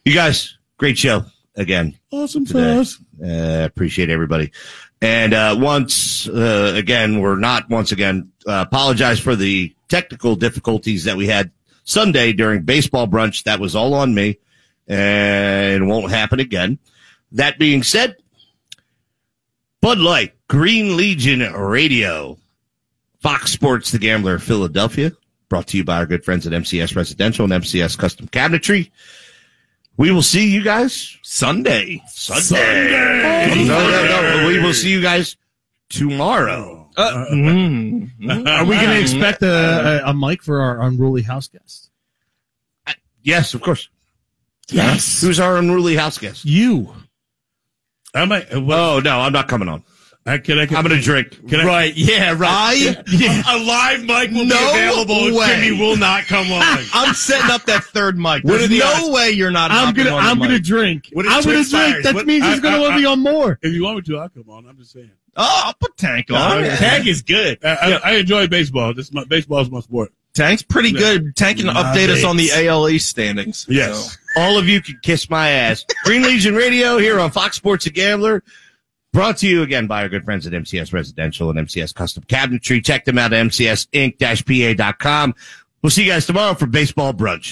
B: You guys, great show again.
D: Awesome
B: today. Uh, appreciate everybody. And uh, once uh, again, we're not once again uh, apologize for the technical difficulties that we had Sunday during baseball brunch. That was all on me and won't happen again. That being said, Bud Light, Green Legion Radio, Fox Sports The Gambler, Philadelphia, brought to you by our good friends at MCS Residential and MCS Custom Cabinetry. We will see you guys Sunday. Sunday. No, no, no. We will see you guys tomorrow.
C: Mm-hmm.
A: Mm-hmm.
C: Are we going to expect a, a, a mic for our unruly house guest?
B: Yes, of course. Yes. Who's our unruly house guest?
C: You.
D: I might. uh,
B: Oh no, I'm not coming on.
D: I can. I can
B: I'm going to drink.
D: Can I-
E: Right, yeah, right.
D: A live mic will
G: No
D: be available.
G: way.
D: Jimmy will not come on.
G: I'm setting up that third mic.
D: What
G: There's
D: are the
G: no
D: odds?
G: way you're not.
C: I'm
G: knocking
C: gonna.
G: on the
C: I'm gonna
G: mic.
C: drink.
D: What is
C: I'm gonna
D: Twitfires?
C: drink. That
D: What-
C: means he's
D: I-
C: gonna
D: I-
C: want
D: I-
C: me on more.
D: If you want me to, I'll come on. I'm just saying.
G: Oh, I'll put Tank on.
E: Tag is good.
D: I, I, I enjoy baseball. This is my baseball's my sport.
G: Tank's pretty good. Tank can update us on the ALE standings.
D: Yes.
G: So,
B: All of you can kiss my ass. Green Legion Radio here on Fox Sports The Gambler. Brought to you again by our good friends at MCS Residential and MCS Custom Cabinetry. Check them out at mcsinc-pa.com. We'll see you guys tomorrow for Baseball Brunch.